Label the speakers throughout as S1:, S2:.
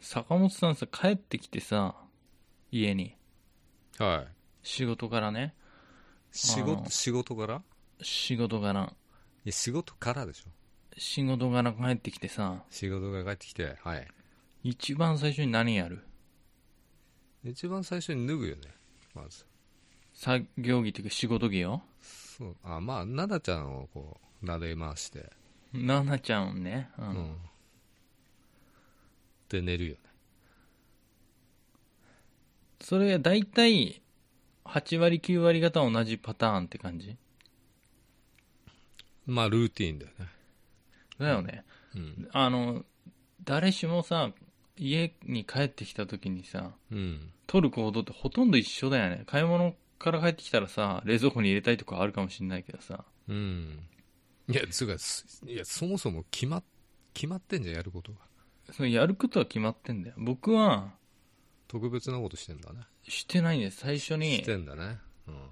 S1: 坂本さんさ、帰ってきてさ、家に、
S2: は
S1: 仕事からね、
S2: い。仕
S1: あの
S2: 事、仕事からい
S1: 仕事から、
S2: や、仕事からでしょ。
S1: 仕事から帰ってきてさ、
S2: 仕事が帰ってきて、はい。
S1: 一番最初に何やる
S2: 一番最初に脱ぐよね、まず。
S1: 作業着っていうか仕事着よ。
S2: そう、あ、まあ、奈々ちゃんをこう、撫で回して、
S1: ななちゃんね、うん
S2: う。ん。で、寝るよね。
S1: それが大体、8割9割方同じパターンって感じ
S2: まあ、ルーティーンだよね。
S1: だよね。
S2: うん。
S1: あの、誰しもさ、家に帰ってきた時にさ、
S2: うん。
S1: 取る行動ってほとんど一緒だよね。買い物から帰ってきたらさ、冷蔵庫に入れたいとかあるかもしれないけどさ、
S2: うん。いや、つうか、すいや、そもそも決ま、決まってんじゃん、やることが。
S1: そのやることは決まってんだよ。僕は、
S2: 特別なことしてんだね。
S1: してないんです。最初
S2: し
S1: に、
S2: てんだね。うん。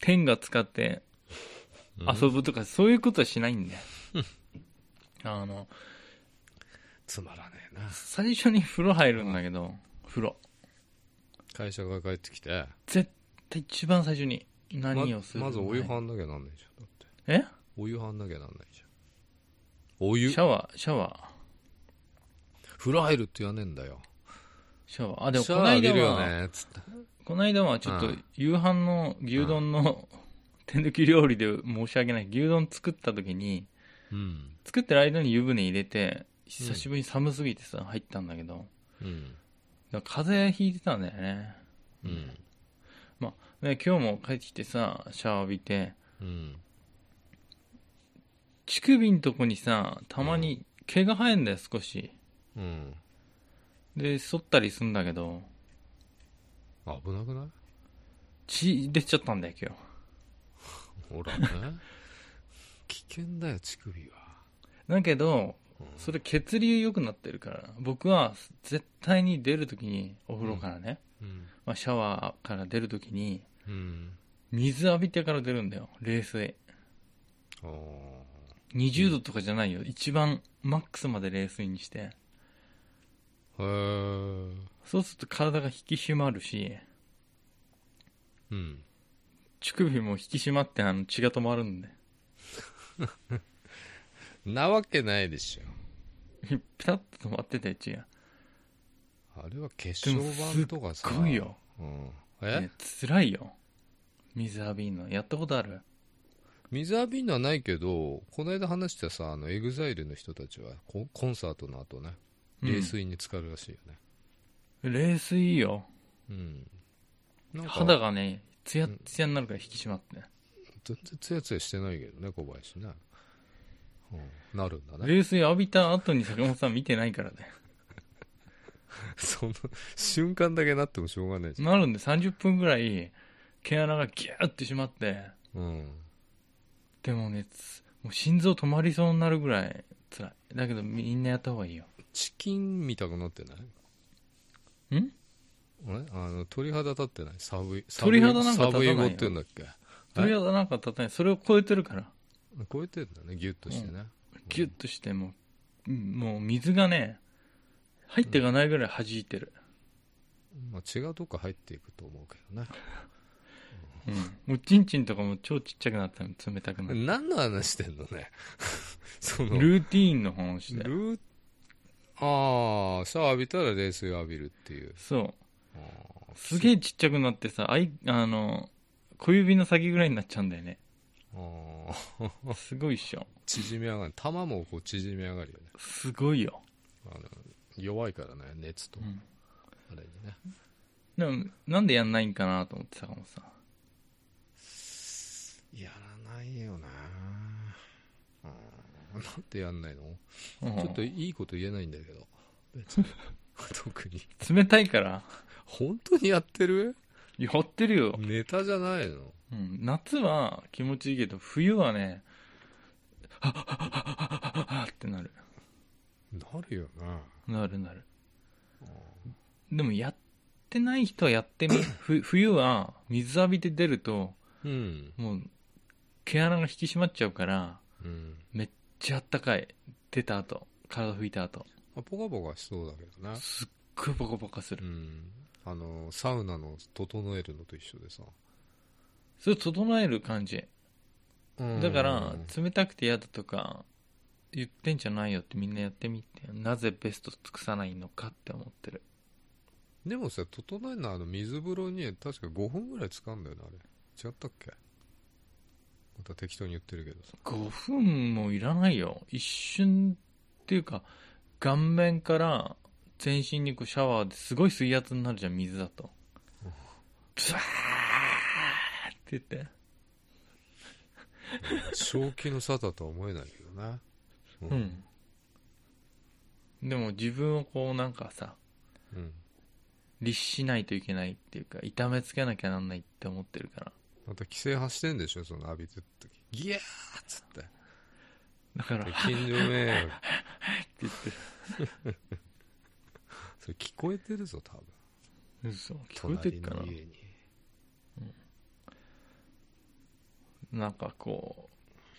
S1: 天が使って遊ぶとか、そういうことはしないんだよ。 あの、
S2: つまらねえな。
S1: 最初に風呂入るんだけど、風呂。
S2: 会社が帰ってきて、
S1: 絶対一番最初に
S2: ま
S1: 何をする
S2: まずお湯張んなきゃなんないじゃん。だって。
S1: え
S2: お湯張んなきゃなんないじゃん。お湯
S1: シャワー、シャワー、
S2: 風呂入るって言わねえんだよ。
S1: シャワー。あ、でも
S2: シ
S1: こ
S2: ャ
S1: の
S2: ワー浴
S1: 間
S2: びるよ
S1: は、
S2: ね、つって。
S1: この間はちょっと
S2: うん
S1: 夕飯の牛丼の手抜き料理で申し訳ない。牛丼作った時に、
S2: うん。
S1: 作ってる間に湯船入れて、久しぶりに寒すぎてさ、入ったんだけど、
S2: うん。
S1: だから風邪ひいてたんだよね。
S2: うん。
S1: で、今日も帰ってきてさ、シャワー浴びて、
S2: うん。
S1: 乳首んとこにさ、たまに毛が生えんだよ、少し。
S2: うん。
S1: で、剃ったりすんだけど、
S2: 危なくない
S1: 血出ちゃったんだよ、今日。
S2: ほらね。危険だよ、乳首は。
S1: だけど、それ血流良くなってるから、僕は絶対に出るときに、お風呂からね、
S2: うん。
S1: まあ、シャワーから出るときに、
S2: うん。
S1: 水浴びてから出るんだよ、冷水。
S2: あー
S1: 20度とかじゃないよ、一番マックスまで冷水にして。
S2: へー
S1: そうすると体が引き締まるし、
S2: うん。
S1: 乳首も引き締まってあの血が止まるんで。
S2: なわけないでしょ。
S1: ピタッと止まってて、血が。
S2: あれは化粧板とかさ。
S1: すっごいよ。
S2: うん。
S1: ね
S2: え
S1: 辛いよ。水浴びんの。やったことある
S2: 水浴びんのはないけど、この間話したさ、あの、エグザイルの人たちはコ、コンサートの後ね、
S1: うん
S2: 冷水に浸かるらしいよね。
S1: 冷水いいよ。
S2: うん。なんか
S1: 肌がね、ツヤッツヤになるから引き締まって。
S2: 全然ツヤツヤしてないけどね、小林ね。うん、なるんだね。
S1: 冷水浴びた後に坂本さん見てないからね。
S2: その瞬間だけなってもしょうがないじ
S1: なるんで30分ぐらい毛穴がギューってしまって、
S2: ゃん。うん。
S1: でもね、つもう心臓止まりそうになるぐらい辛い。だけどみんなやった方がいいよ。
S2: チキン見たくなってない
S1: ん
S2: えあの鳥肌立ってないサブイ
S1: 鳥肌なんか立たないよ
S2: サブイゴって言うんだっけ
S1: とりあえずなんか立たない。それを超えてるから、
S2: 超えてんだねギュッとしてね、
S1: ギュッとしてもう、うんもう水がね、入っていかないぐらい弾いてる。
S2: まあ、血がどっか入っていくと思うけどね
S1: うん。もうチンチンとかも超ちっちゃくなったの冷たくなる。
S2: 何の話してんのね その
S1: ルーティーンの話で。
S2: ルーああシャワー浴びたら冷水を浴びるっていう
S1: そう。
S2: あ
S1: すげえちっちゃくなってさ、あい、あの、小指の先ぐらいになっちゃうんだよね。
S2: ーあー
S1: すごいっしょ。
S2: 縮み上がる玉もこう縮み上がるよね
S1: すごいよ。
S2: あの弱いからね熱と
S1: うん
S2: あれにね、
S1: でも、なんでやんないんかなと思って坂本さん。
S2: やらないよなうんなんでやんないの
S1: うん
S2: ちょっといいこと言えないんだけど別 に特に
S1: 冷たいから、
S2: 本当にやってる
S1: やってるよ。
S2: ネタじゃないの
S1: うん、夏は気持ちいいけど、冬はね、はっはっはっはっはっはっはってなる。
S2: なるよな
S1: なるなる。でも、やってない人はやってみ、ふ冬は水浴びて出ると、
S2: うん
S1: もう、毛穴が引き締まっちゃうから、
S2: うん
S1: めっちゃあったかい。出た後、体拭いた後。
S2: まあ、ポカポカしそうだけどね。
S1: すっごいポカポカす
S2: う
S1: る。
S2: ん。あの、サウナの整えるのと一緒でさ。
S1: それ整える感じ。
S2: うん
S1: だから、冷たくて嫌だとか、言ってんじゃないよってみんなやってみて。なぜベスト尽くさないのかって思ってる。
S2: でもさ、整えるのはあの水風呂に確か5分ぐらい使うんだよね、あれ。違ったっけまた適当に言ってるけ どさ。
S1: 5分もいらないよ一瞬っていうか顔面から全身にこうシャワーですごい水圧になるじゃん水だとブワーって言って
S2: 正気の沙汰とは思えないけどな。う
S1: う。んでも自分をこうなんかさ
S2: うん。
S1: 律しないといけないっていうか痛めつけなきゃなんないって思ってるから
S2: また規制発してんでしょ、その浴びてる時。ギャーっつって。
S1: だから
S2: で
S1: はっ
S2: 近所迷 惑。
S1: って言ってる
S2: それ聞こえてるぞ、多分。
S1: 嘘聞こえてるかな
S2: 隣の家に。
S1: なんかこ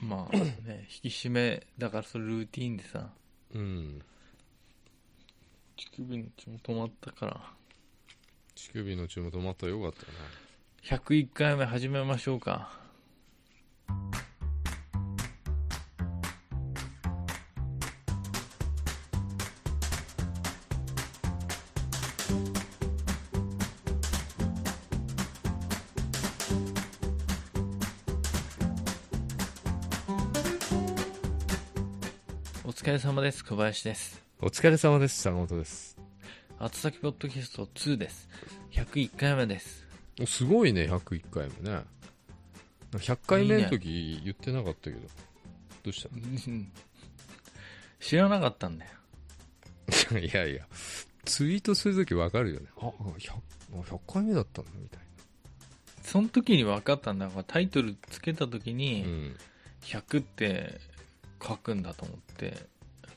S1: うまあね引き締めだからそれルーティーンでさ
S2: うん。
S1: 乳首の血も止まったから
S2: 乳首の血も止まったらよかったな。
S1: 101回目始めましょうかお疲れ様です小林です
S2: お疲れ様です、坂本です。
S1: 厚崎ポッドキャスト2です101回目です
S2: おすごいね、101回目ね。100回目の時言ってなかったけど。どうした
S1: うん知らなかったんだよ
S2: いやいや、ツイートするときわかるよね。あ、100, あ100回目だったんだ、みたい
S1: その時に分かったんだタイトルつけた時
S2: な。う
S1: に
S2: ん。
S1: 100って書くんだと思って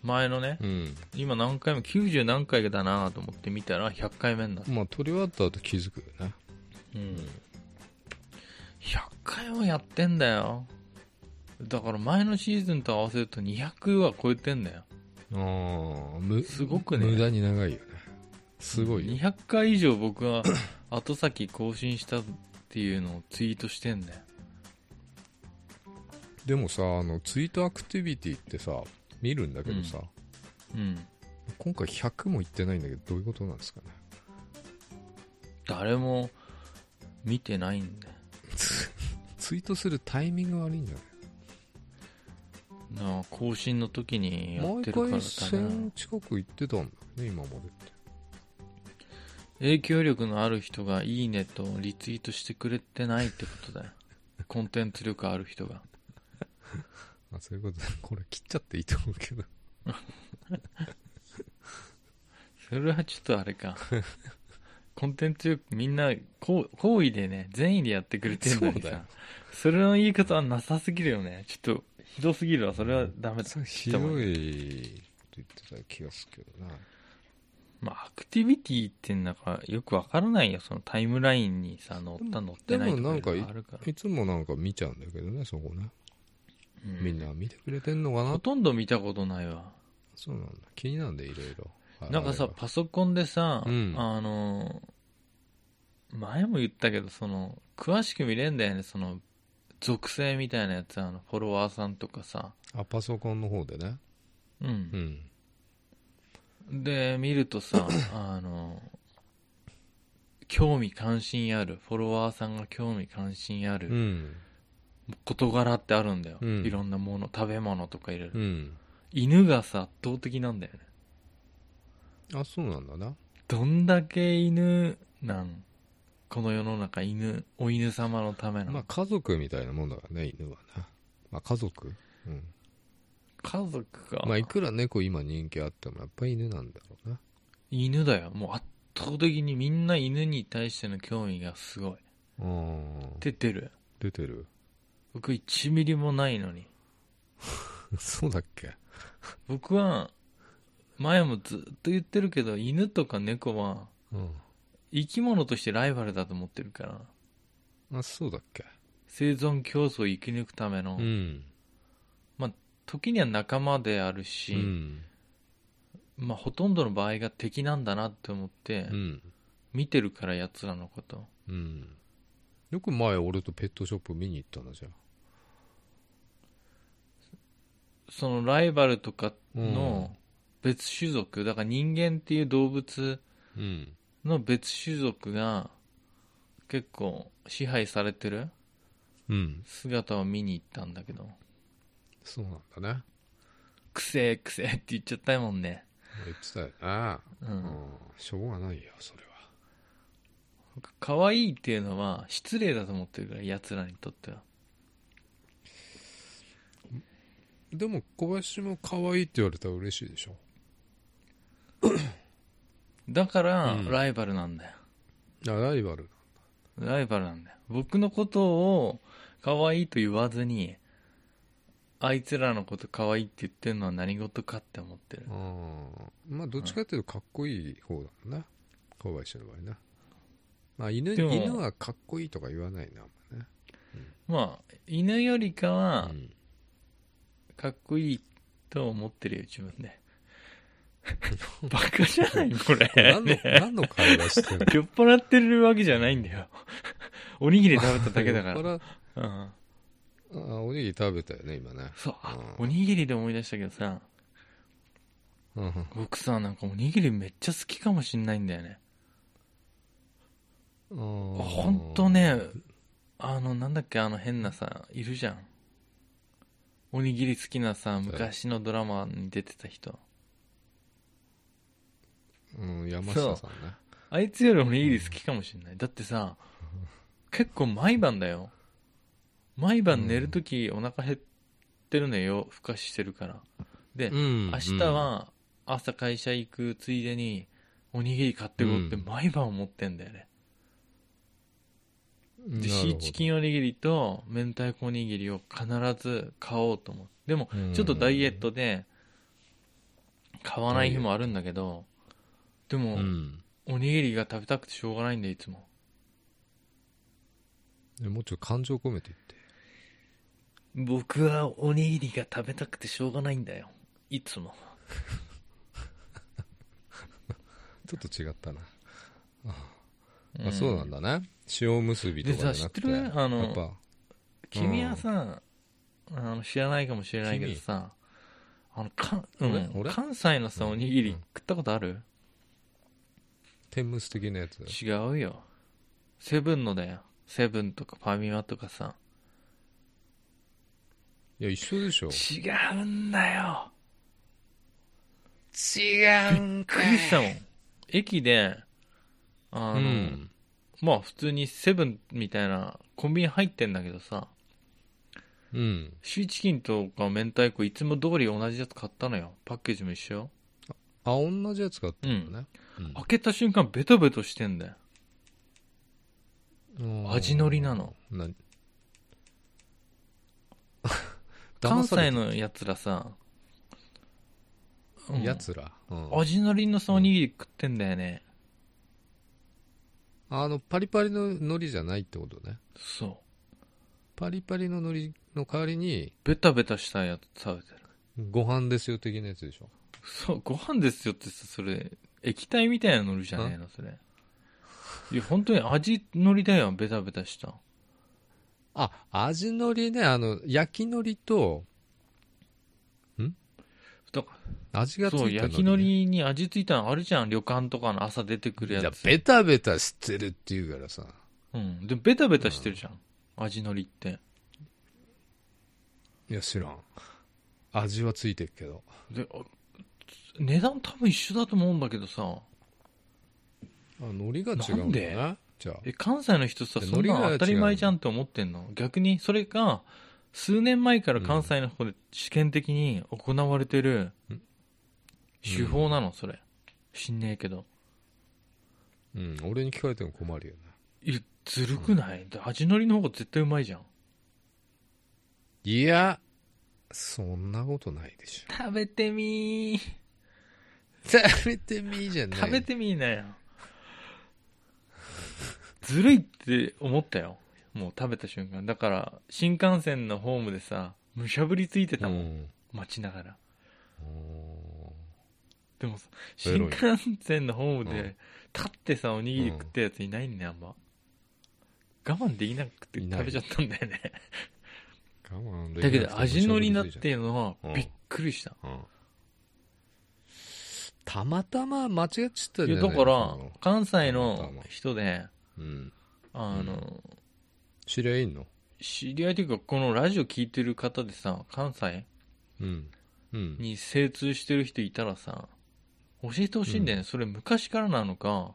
S1: 前のね
S2: うん。
S1: 今何回も90何回だなと思って見たら100回目になった、
S2: まあ、撮り終わった後気づくよね。
S1: うん、100回もやってんだよだから前のシーズンと合わせると200は超えてんだよ
S2: ああ、む、
S1: すごくね
S2: 無駄に長いよね。すごいよ。
S1: 200回以上僕は後先更新したっていうのをツイートしてんだよ
S2: でもさ、あの、ツイートアクティビティってさ、見るんだけどさ、
S1: うん
S2: 今回100もいってないんだけど、どういうことなんですかね。
S1: 誰も見てないんだよ
S2: ツツイートするタイミングが悪いんだよね。
S1: なあ更新の時にやっ
S2: 毎
S1: て
S2: 回
S1: るからだな
S2: 1000近く行ってたんだよね、今までって。
S1: 影響力のある人が「いいね」とリツイートしてくれてないってこと だよコンテンツ力ある人が
S2: あそういうことだこれ切っちゃっていいと思うけど。
S1: それはちょっとあれかコンテンツ力みんな好好意でね善意でやってくれてるのに
S2: そうだ
S1: さ
S2: よ
S1: それの言い方はなさすぎるよねちょっとひどすぎるわそれはダメだ
S2: それひどいこと言ってた気がするけどな。
S1: まあアクティビティってなんかよくわからないよそのタイムラインにさ乗った乗ってないと
S2: でもなんか
S1: いろいろあるから、
S2: いつもなんか見ちゃうんだけどね、そこね。
S1: うん
S2: みんな見てくれてんのか
S1: ほ
S2: な
S1: とんど見たことないわ
S2: そうなんだ。気になんでいろいろ。あ
S1: なんか
S2: あ
S1: さ
S2: れは
S1: パソコンでさ、
S2: うん
S1: あの前も言ったけどその詳しく見れんだよねその属性みたいなやつあのフォロワーさんとかさ、
S2: あ、パソコンの方でね。
S1: う
S2: うんん。
S1: で見ると さあの興味関心あるフォロワーさんが興味関心あ
S2: う
S1: る
S2: ん。
S1: 事柄ってあるんだよ、
S2: うん
S1: いろんなもの食べ物とかいろいろ、
S2: うん。
S1: 犬がさ圧倒的なんだよね
S2: あ、そうなんだな。
S1: どんだけ犬なんこの世の中犬お犬様のための、
S2: まあ家族みたいなもんだからね、犬はな。まあ家族うん。
S1: 家族か、
S2: まあいくら猫今人気あってもやっぱり犬なんだろうな。
S1: 犬だよもう圧倒的にみんな犬に対しての興味がすごい
S2: うん。
S1: 出てる
S2: 出てる
S1: 僕1ミリもないのに
S2: そうだっけ
S1: 僕は前もずっと言ってるけど犬とか猫は
S2: うん。
S1: 生き物としてライバルだと思ってるから
S2: あ、そうだっけ
S1: 生存競争を生き抜くための、
S2: うん。
S1: 時には仲間であるし、
S2: うん。
S1: まあ、ほとんどの場合が敵なんだなって思って、
S2: うん
S1: 見てるからやつらのこと
S2: うんよく前俺とペットショップ見に行ったなじゃあ
S1: そのライバルとかの別種族、だから人間っていう動物
S2: うん
S1: の別種族が結構支配されてる
S2: うん
S1: 姿を見に行ったんだけど
S2: そうなんだね
S1: くせえくせえって言っちゃったもんね、
S2: 言ってたよな、
S1: うん
S2: うん、しょうがないよそれは
S1: 僕可愛いっていうのは失礼だと思ってるからやつらにとっては
S2: でも小林も可愛いって言われたら嬉しいでしょ
S1: だから
S2: うん
S1: ライバルなんだよ、
S2: あライバル
S1: ライバルなんだよ僕のことを可愛いと言わずにあいつらのこと可愛いって言ってるのは何事かって思ってる
S2: あまあどっちかっていうとかっこいい方だな、小林の場合な、まあ、犬
S1: でも
S2: 犬はかっこいいとか言わないなあんまね
S1: まあ犬よりかは
S2: うん
S1: かっこいいと思ってるよ自分 でバカじゃないこれ
S2: 何の
S1: ね
S2: 何の会話してんの
S1: 酔っ払ってるわけじゃないんだよ おにぎり食べた だけだか
S2: 酔っ
S1: ら、
S2: 払
S1: うん、
S2: あおにぎり食べたよね今ね
S1: そうあ
S2: うん
S1: おにぎりで思い出したけどさ
S2: うん
S1: 僕さなんかおにぎりめっちゃ好きかもしんないんだよね
S2: うん
S1: ほんとねあのなんだっけあの変なさいるじゃんおにぎり好きなさ昔のドラマに出てた人
S2: うん山下さんね
S1: あいつよりおにぎり好きかもしんないだってさ結構毎晩だよ毎晩寝るときお腹減ってるのよ夜更かししてるからで
S2: うん
S1: 明日は朝会社行くついでにおにぎり買ってこうって
S2: うん
S1: 毎晩思ってんだよね
S2: う
S1: で
S2: んなる
S1: シ
S2: ほど
S1: ーチキンおにぎりと明太子おにぎりを必ず買おうと思うでも
S2: うん
S1: ちょっとダイエットで買わない日もあるんだけどでも
S2: うん
S1: おにぎりが食べたくてしょうがないんでいつも
S2: えもうちょっと感情込めて言って
S1: 僕はおにぎりが食べたくてしょうがないんだよいつも
S2: ちょっと違ったな、あそうなんだね塩結びとかじゃなくて
S1: でさ知ってるあの
S2: やっぱ
S1: 君はさ、あの知らないかもしれないけどさあのか、うん、
S2: 俺俺
S1: 関西のさおにぎり食ったことある、
S2: 天むす的なやつ
S1: 違うよセブンのだよセブンとかファミマとかさ
S2: いや一緒でしょ
S1: 違うんだよ
S2: 違うん
S1: びっくりしたもん駅であの、
S2: うん
S1: まあ普通にセブンみたいなコンビニ入ってんだけどさ
S2: うん
S1: シーチキンとか明太子いつも通り同じやつ買ったのよパッケージも一緒よ
S2: あ同じやつ買ったんだね、
S1: 開けた瞬間ベトベトしてんだよ
S2: うん
S1: 味のりなの
S2: 何
S1: 関
S2: 騙さ
S1: 西
S2: れて
S1: のやつらさ、うん
S2: やつら、うん
S1: 味のりのさおにぎり食ってんだよね、
S2: あのパリパリの海苔じゃないってことね
S1: そう
S2: パリパリの海苔の代わりに
S1: ベタベタしたやつ食べてる
S2: ご飯ですよ的なやつでしょ
S1: そうご飯ですよってさそれ液体みたいなのりじゃないのそれ いや本当に味のりだよベタベタした
S2: あ味のりねあの焼き海苔と
S1: だか
S2: 味
S1: ら
S2: がついた
S1: そう焼きのりに味付いたのあるじゃん旅館とかの朝出てくる
S2: い
S1: や
S2: や
S1: つ
S2: ベタベタしてるっていうからさ
S1: うんでもベタベタしてるじゃん、味のりって
S2: いや知らん味はついてるけど
S1: であ値段多分一緒だと思うんだけどさ
S2: あ海苔が違うんだね
S1: な
S2: じゃあ
S1: え関西の人さ
S2: で
S1: そんな
S2: 海苔
S1: の
S2: が
S1: 当たり前じゃんって思ってんの逆にそれが数年前から関西の方で試験的に行われてる
S2: うん
S1: 手法なのそれ知んねえけど
S2: うん俺に聞かれても困るよね
S1: いやずるくないで味のりの方が絶対うまいじゃん
S2: いやそんなことないでしょ
S1: 食べてみー
S2: 食べてみーじゃない
S1: 食べてみーなよずるいって思ったよもう食べた瞬間だから新幹線のホームでさむしゃぶりついてた
S2: う
S1: もん
S2: ん
S1: 待ちながらでもさ
S2: エ
S1: 新
S2: ロい
S1: 幹線のホーム
S2: うん
S1: で立ってさおにぎり食ったやついないんだよあんま我慢できなくて
S2: いない
S1: 食べちゃったんだよね
S2: 我慢できな
S1: だ
S2: い
S1: けど味のりだっていうの
S2: うん
S1: はびっくりした、
S2: うんたまたま間違っちゃったん
S1: い
S2: じゃ
S1: や
S2: ない
S1: だから
S2: その
S1: 関西の人で
S2: うん。
S1: あの、
S2: 知り合いいんの
S1: 知り合いというかこのラジオ聞いてる方でさ関西
S2: うん。うん。
S1: に精通してる人いたらさ教えてほしいんだよね、それ昔からなのか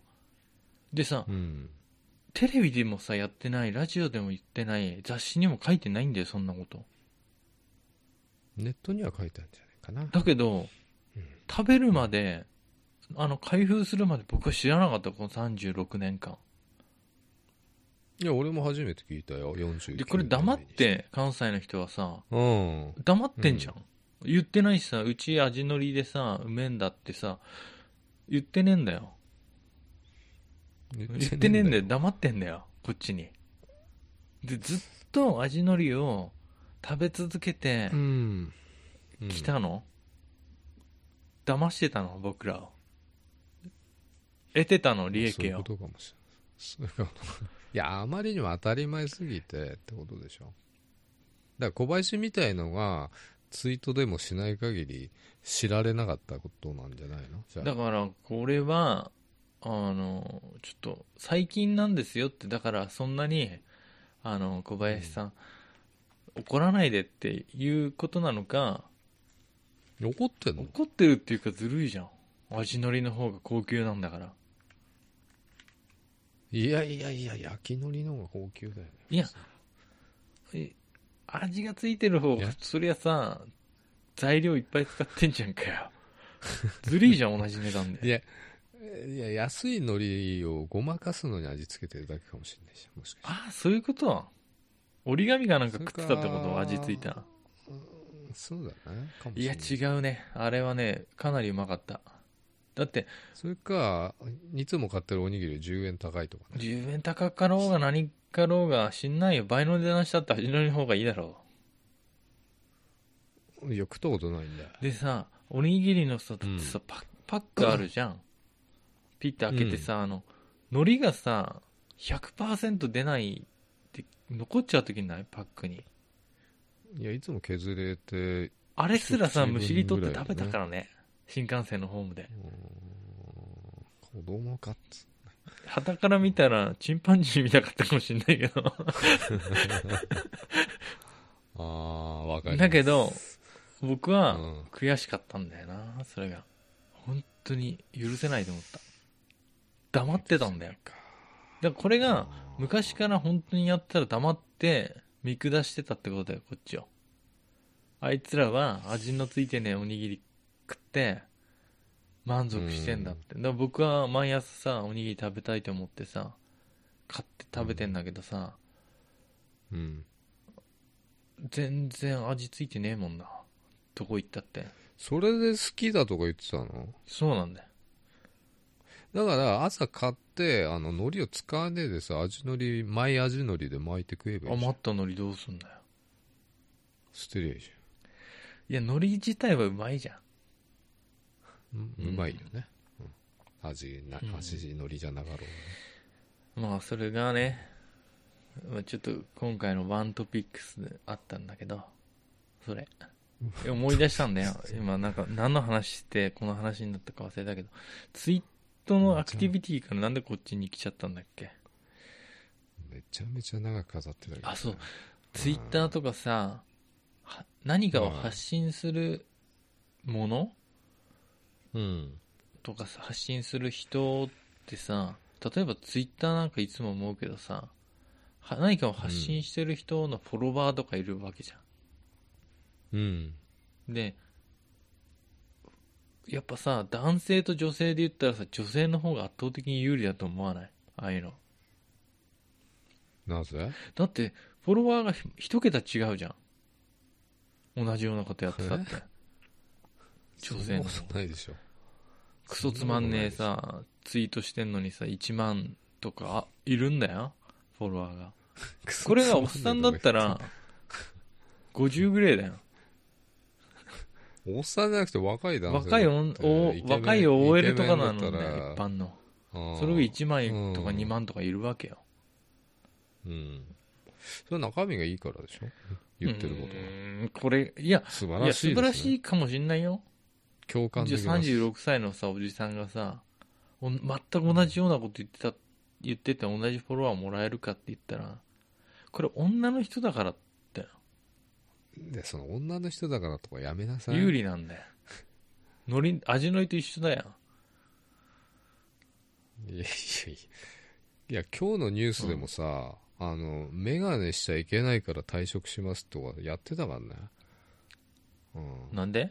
S1: でさ、
S2: うん。
S1: テレビでもさやってないラジオでも言ってない雑誌にも書いてないんだよそんなこと
S2: ネットには書いてあるんじゃないかな。
S1: だけど、
S2: うん
S1: 食べるまであの開封するまで僕は知らなかったこの36年間
S2: いや、俺も初めて聞いたよ、49
S1: でこれ黙って関西の人はさ
S2: うん。
S1: 黙ってんじゃん、言ってないしさうち味のりでさうめえんだってさ言ってねえんだよ
S2: 言
S1: 言ってねえんだよ黙ってんだよこっちにでずっと味のりを食べ続けて
S2: うん。
S1: きたの、騙してたの僕らを得てたの利
S2: そうい
S1: 益
S2: う
S1: を
S2: ことかもしれない。そういうことかいや、あまりにも当たり前すぎてってことでしょ。だから小林みたいのが、ツイートでもしない限り知られなかったことなんじゃないのじゃあ
S1: だからこれはあのちょっと最近なんですよってだからそんなにあの小林さん、怒らないでっていうことなのか
S2: 怒ってんの
S1: 怒ってるっていうかずるいじゃん味のりの方が高級なんだから
S2: いやいやいや、焼きのりの方が高級だよね。
S1: いやえ味がついてる方
S2: いや
S1: がそりゃさ材料いっぱい使ってんじゃんか よずるいじゃん同じ値段
S2: い
S1: で
S2: や、えいや安い海苔をごまかすのに味付けてるだけかもしれないし、もしかして。
S1: ああそういうこと折り紙がなんかくっつかったこと味ついたら
S2: そうだね。かも
S1: い
S2: しれ
S1: や
S2: ない。
S1: 違うねあれはねかなりうまかっただって
S2: それか、いつも買ってるおにぎりより10円高いとかね。
S1: 10円高かろうが何かろうが知んないよ倍の値段したって味のりの方がいいだろ
S2: いや、食ったことないんだよ。
S1: うでさおにぎりのさだってさ、パパックあるじゃん、ピッて開けてさ、あの海苔がさ100%出ないって残っちゃう時ないパックに
S2: いや、いつも削れて、
S1: あれすらさ
S2: 一口分
S1: むしり取って
S2: ぐらい
S1: 食
S2: だね
S1: べたからね新幹線のホームで
S2: うーん子供かっつ。
S1: 傍から見たらチンパンジー見たかったかもしんないけど
S2: ああ、わかります
S1: だけど、僕は
S2: うん
S1: 悔しかったんだよな、それが。本当に許せないと思った。黙ってたんだよ。だからこれが、昔から本当にやったら黙って見下してたってことだよ、こっちを。あいつらは味のついてねえおにぎり食って、満足してんだって。だから僕は毎朝さ、おにぎり食べたいと思ってさ、買って食べてんだけどさ、
S2: うん。
S1: 全然味ついてねえもんな。どこ行ったって。
S2: それで好きだとか言ってたの
S1: そうなんだよ。
S2: だから朝買ってあの海苔を使わねえでさ味のりマイ味のりで巻いて食えばいいじ
S1: 余
S2: ゃん
S1: った海苔どうすんだよ。
S2: 捨てりゃいいじ
S1: いや、海苔自体はうまいじゃん。
S2: ゃん、う
S1: うん
S2: うまいよね、うん味な
S1: うん
S2: 味海苔じゃなかろうがね、
S1: まあ、それがね、まあちょっと今回のワントピックスであったんだけど、それ。いや思い出したんだよ。今、なんか、何の話して、この話になったか忘れたけど、ツイートのアクティビティからなんでこっちに来ちゃったんだっけ
S2: めちゃめちゃ長く飾ってたけど
S1: あそうツイッターとかさ、は何かを発信するもの、
S2: うん
S1: とかさ発信する人ってさ例えばツイッターなんかいつも思うけどさは何かを発信してる人のフォロワーとかいるわけじゃ
S2: うん
S1: んでやっぱさ男性と女性で言ったらさ女性の方が圧倒的に有利だと思わないああいうの
S2: なぜ
S1: だってフォロワーがひ一桁違うじゃん同じようなことやってたって女性の
S2: そんなことないでしょ
S1: クソつまんねえさツイートしてんのにさ1万とかあいるんだよフォロワーがこれがおっさんだったら50ぐらいだよ
S2: おっさんじゃなくて若い男性
S1: 若いおんお
S2: イケメン
S1: 若い OL とかなのね
S2: イケメンだったら
S1: 一般の
S2: あー
S1: それが1枚とか
S2: うん
S1: 2万とかいるわけよ
S2: うんそれ中身がいいからでしょ言ってること
S1: う
S2: は
S1: ーんこれいや
S2: 素
S1: い
S2: 晴
S1: や
S2: らし
S1: 素
S2: い
S1: 晴
S2: で
S1: ら
S2: すね
S1: しいかもしんないよ
S2: 共感
S1: じ
S2: で
S1: ゃ
S2: き
S1: あ
S2: ます
S1: 36歳のさおじさんがさおん全く同じようなこと言ってた言ってて同じフォロワーもらえるかって言ったらこれ女の人だから
S2: でその女の人だからとかやめなさい
S1: 有利なんだよのり味のりと一緒だよ
S2: いやいやいやいや今日のニュースでもさ、あの眼鏡しちゃいけないから退職しますとかやってたからねうん
S1: なんで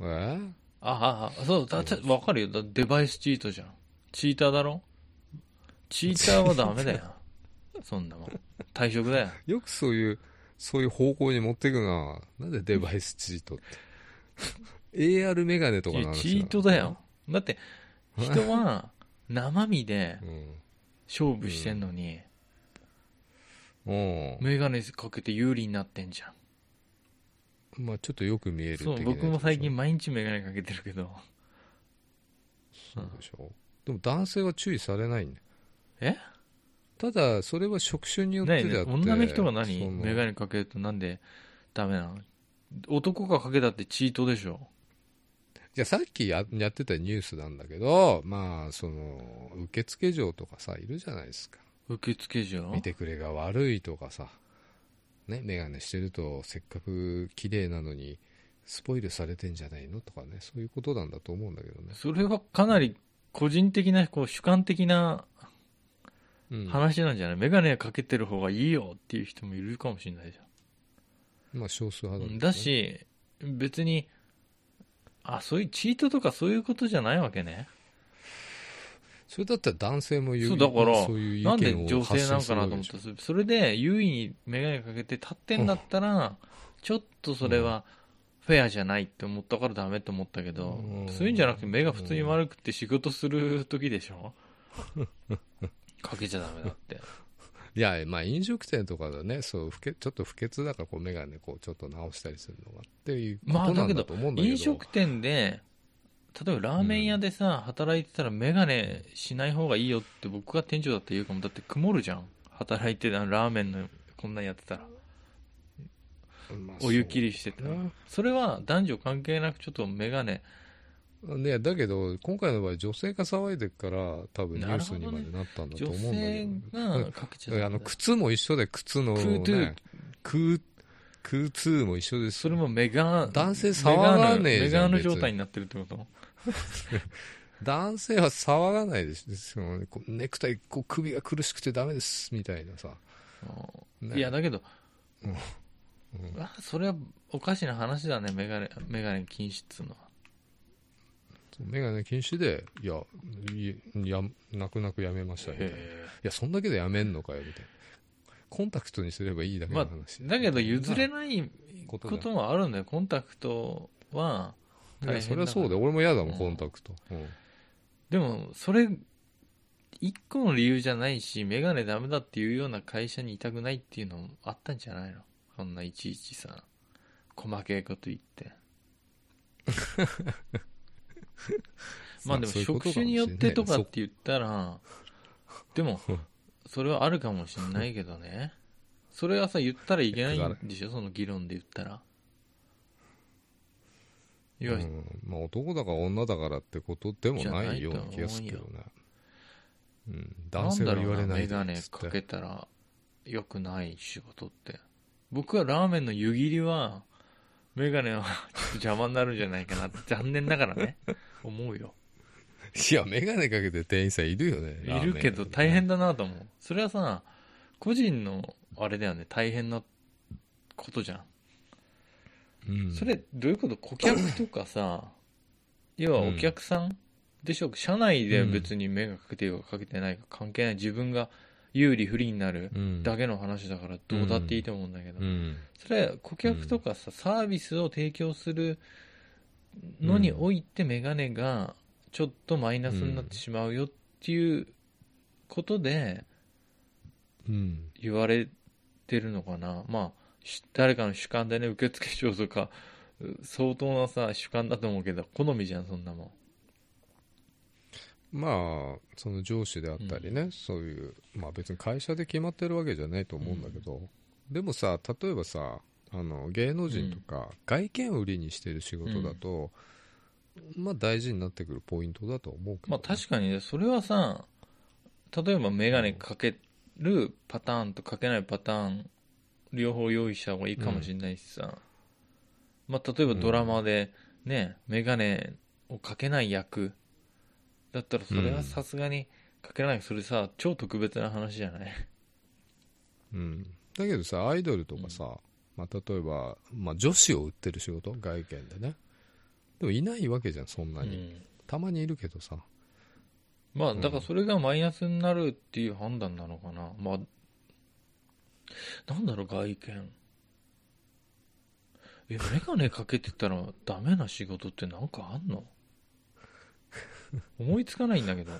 S2: え
S1: あああそうだって分かるよだデバイスチートじゃんチーターだろチーターはダメだ よそんなもん退職だよ
S2: よくそういうそういう方向に持っていくななんでデバイスチート って AR 眼鏡とか
S1: い
S2: の
S1: や
S2: 話
S1: チートだよだって人は生身で
S2: うん
S1: 勝負してんのに、
S2: うん
S1: メガネかけて有利になってんじゃん。
S2: まあちょっとよく見える的
S1: そ
S2: な
S1: う、
S2: やつでしょ
S1: 僕も最近毎日メガネかけてるけど。
S2: そうでしょでも男性は注意されないんだよ
S1: え
S2: ただそれは職種によって
S1: ねえ
S2: で
S1: ね
S2: あって
S1: 女の人が何
S2: その
S1: メガネかけるとなんでダメなの男がかけたってチートでしょ。
S2: じゃあさっきややってたニュースなんだけど、まあ、その、受付嬢とかさ、いるじゃないですか。
S1: 受付嬢
S2: 見てくれが悪いとかさ、ね、メガネしてると、せっかく綺麗なのに、スポイルされてんじゃないのとかね、そういうことなんだと思うんだけどね。
S1: それはかなり個人的な、こう主観的な
S2: うん。
S1: 話なんじゃない、メガネかけてる方がいいよっていう人もいるかもしれないじ
S2: まあ、少数
S1: ゃん。
S2: 派だ、
S1: だ、
S2: ね、
S1: し、別に、あ、そういうチートとかそういうことじゃないわけね。
S2: それだったら男性も言
S1: そうだから
S2: そういう意見
S1: な
S2: を
S1: んで女
S2: 発
S1: 性な
S2: 信
S1: の
S2: す
S1: か
S2: る
S1: な
S2: わ
S1: と
S2: け
S1: 思
S2: で
S1: っ
S2: しょ
S1: たそれで優位に眼鏡かけて立ってんだったらちょっとそれはフェアじゃないって思ったからダメと思ったけど
S2: うん
S1: そういうんじゃなくて目が普通に悪くて仕事する時でし ょかけちゃダメだって
S2: いや、まあ、飲食店とかだね、そう、不潔ちょっと不潔だから、こう、メガネ、こう、ちょっと直したりするのがっていうこと
S1: まあ
S2: なん
S1: だけど
S2: だと思うんだけど。
S1: 飲食店で例えばラーメン屋でさ働いてたら眼鏡しない方がいいよって僕が店長だったら言うかもだって曇るじゃん働いてたラーメンのこんなんやってたら
S2: まあ
S1: お湯切りしてた
S2: そうだな
S1: それは男女関係なくちょっとメガネ
S2: ね、だけど、今回の場合、女性が騒いでるから、多分ニュースにまでなったんだと
S1: 女
S2: 思うんだけ
S1: 性がかけち
S2: ど、
S1: ゃった
S2: あの靴も一緒で、靴の、ね、
S1: クートゥー
S2: クークーツーも一緒です。
S1: それもメガ
S2: 男性騒がねえ
S1: メ
S2: じゃ
S1: ガ
S2: ん
S1: の
S2: 別に
S1: 状態になってるってこと
S2: 男性は騒がないですですよねこうネクタイ、こう首が苦しくてダメです、みたいなさ。ね
S1: いやだけど、
S2: うん
S1: あそれはおかしな話だねメガネメガネ禁止っつうのは
S2: メガネ禁止で、いや、いや、泣く泣くやめましたみたいな。い
S1: へ
S2: や、そんだけでやめんのかよ、みたいな。コンタクトにすればいいだけの話。
S1: えだけど譲れないこ
S2: こ
S1: と
S2: だよ
S1: ともあるんだよコンタクトはい
S2: や、それはそう
S1: で
S2: だよ。俺も嫌だもん、
S1: うん
S2: コンタクト。うん
S1: でもそれ一個の理由じゃないしメガネダメだっていうような会社にいたくないっていうのもあったんじゃないのそんないちいちさ細けいこと言っ てまあでも
S2: そういう
S1: 職
S2: ことかもしれ
S1: 種
S2: ない
S1: によってとかって言ったらでもそれはあるかもしれないけどねそれはさ言ったらいけないんでしょその議論で言ったらいや、
S2: うんまあ、男だか女だからってことでも
S1: じゃ
S2: な
S1: ないいと
S2: よう
S1: 思う
S2: な
S1: よ
S2: 気がするけどね、うん、
S1: な
S2: 男
S1: ん
S2: 性
S1: だ
S2: は
S1: ろ
S2: 言
S1: う
S2: われない
S1: メガネかけたら良くない仕事って僕はラーメンの湯切りはメガネはちょっと邪魔になるんじゃないか なって残念ながらね思うよ
S2: いやメガネかけて店員さんいるよね
S1: いるけど大変だなと思うそれはさ個人のあれだよね大変なことじゃん
S2: うん
S1: それどういうこと顧客とかさ要はお客さんでしょ社内で別に目がかけてようがかけてないか関係ない自分が有利不利になる
S2: うん
S1: だけの話だからどうだっていいと思うんだけど、
S2: うん
S1: それは顧客とかさ、サービスを提供するのにおいてメガネがちょっとマイナスになってしまうよっていうことで
S2: うん
S1: 言われてるのかな、まあし誰かの主観でね受付嬢とか相当なさ主観だと思うけど好みじゃんそんなもん
S2: まあその上司であったりね、そういうまあ別に会社で決まってるわけじゃないと思うんだけど、でもさ例えばさあの芸能人とか外見を売りにしてる仕事だと、まあ大事になってくるポイントだと思うけど、
S1: まあ確かにねそれはさ例えば眼鏡かけるパターンとかけないパターン両方用意した方がいいかもしれないしさ、まあ、例えばドラマでね眼鏡をかけない役だったらそれはさすがにかけないそれさ超特別な話じゃない
S2: うん、だけどさアイドルとかさ、まあ、例えば、まあ、女子を売ってる仕事外見でねでもいないわけじゃんそんなに、
S1: うん
S2: たまにいるけどさ
S1: まあだからそれがマイナスになるっていう判断なのかな、まあなんだろう外見え眼鏡かけてたらダメな仕事ってなんかあんの思いつかないんだけど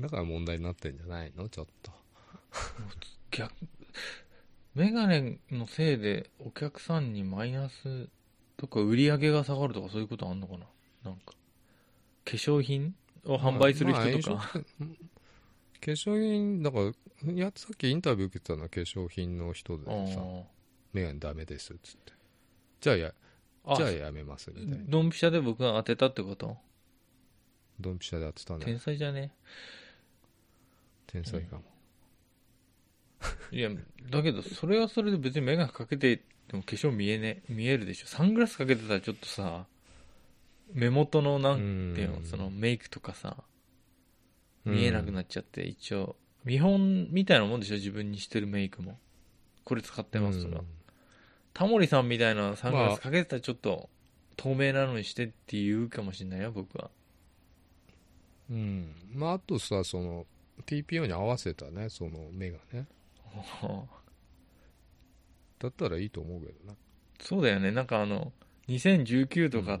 S2: だから問題になってんじゃないのちょっと
S1: 逆眼鏡のせいでお客さんにマイナスとか売り上げが下がるとかそういうことあんのかななんか化粧品を販売する人とか、
S2: まあまあ飲食店化粧品だからいやさっきインタビュー受けてたのは化粧品の人でさ「眼鏡ダメです」っつって「じゃあや
S1: あーあ
S2: じゃあやめます」みたいな
S1: ドンピシャで僕が当てたってこと
S2: ドンピシャでやってたね
S1: 天才じゃね
S2: 天才かも、
S1: いやだけどそれはそれで別に眼鏡かけてても化粧見えね見えるでしょサングラスかけてたらちょっとさ目元のなんていう
S2: う
S1: の
S2: ん
S1: そのメイクとかさ見えなくなっちゃって、一応見本みたいなもんでしょ自分にしてるメイクもこれ使って
S2: て
S1: ますとか、タモリさんみたいなサング
S2: ま
S1: ラ
S2: あ
S1: スかけてたらちょっと透明なのにしてって言うかもしれないよ僕は
S2: うん、まああとさその TPO に合わせたねその目がねだったらいいと思うけどな
S1: そうだよねなんかあの2019とか、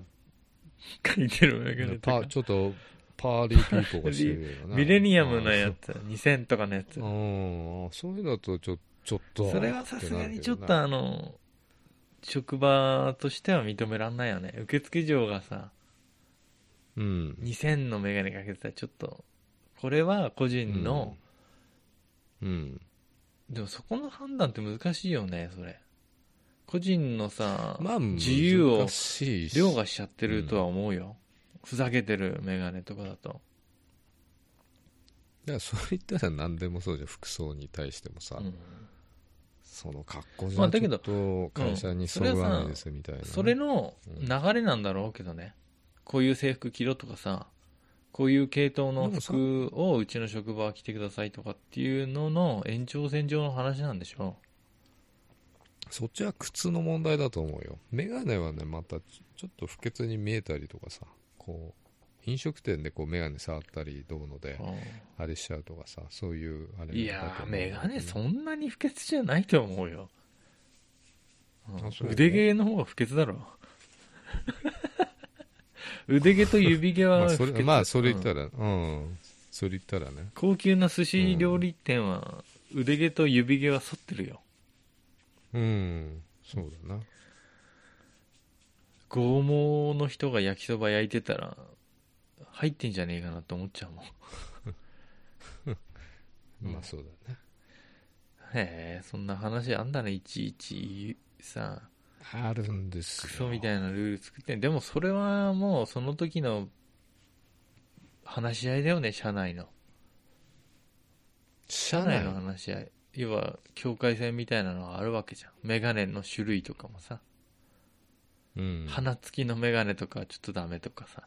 S1: 書いてる眼鏡
S2: パ
S1: と
S2: ー
S1: か
S2: ちょっとパーリーピーポーがしてるような
S1: ミレニアムのや
S2: つ
S1: つ2000とかのやつ
S2: うんそういうのだとちょちょっと
S1: それはさすがにちょってと
S2: なる
S1: あの職場としては認めらんないよね受付嬢がさ
S2: けどなうん
S1: 2000のメガネかけてたらちょっとこれは個人の、
S2: うん
S1: でもそこの判断って難しいよねそれ個人のさ、
S2: まあ
S1: 自由を
S2: 難しいし
S1: 凌駕しちゃってるとは思うよ、ふざけてるメガネとかだと、
S2: だからそれ言ったら何でもそうじゃん服装に対してもさ、
S1: うん
S2: その格好じ
S1: ま
S2: ゃ
S1: あだ
S2: ち
S1: け
S2: ょ
S1: ど
S2: っと会社にそぐわないですみたいなね、
S1: それの流れなんだろうけどねこういう制服着ろとかさこういう系統の
S2: でもさ
S1: 服をうちの職場は着てくださいとかっていうのの延長線上の話なんでしょ
S2: そっちは靴の問題だと思うよ。メガネはね、またちちょっと不潔に見えたりとかさ、こう、飲食店でこうメガネ触ったりどうので
S1: う、ん
S2: あれしちゃうとかさ、そういうあれ
S1: いやー、メガネそ
S2: ん
S1: んなに不潔じゃないと思うよ。うん
S2: あそう
S1: 腕毛の方が不潔だろ。 腕毛と指毛
S2: ま
S1: は
S2: あ
S1: 不
S2: そ
S1: 潔
S2: れ、まあそれ言っ
S1: うん
S2: たら、うん、それ言ったらね。
S1: 高級な寿司料理店は腕毛と指毛は剃ってるよ。
S2: うん、そうだな。
S1: 剛毛の人が焼きそば焼いてたら、入ってんじゃねえかなと思っちゃうもん。うん
S2: まあそうだね。
S1: へえ、そんな話あんだね、いちいちさ。
S2: あるんです
S1: ク
S2: よ。
S1: ソみ
S2: い
S1: たいなルール作ってんでもそれはもうその時の話し合いだよね社内の
S2: 社
S1: 社内
S2: 内
S1: の
S2: の。
S1: 話し合い要は境界線みたいなのがあるわけじゃんメガネの種類とかもさ、
S2: うん。
S1: 鼻付きのメガネとかはちょっとダメとかさ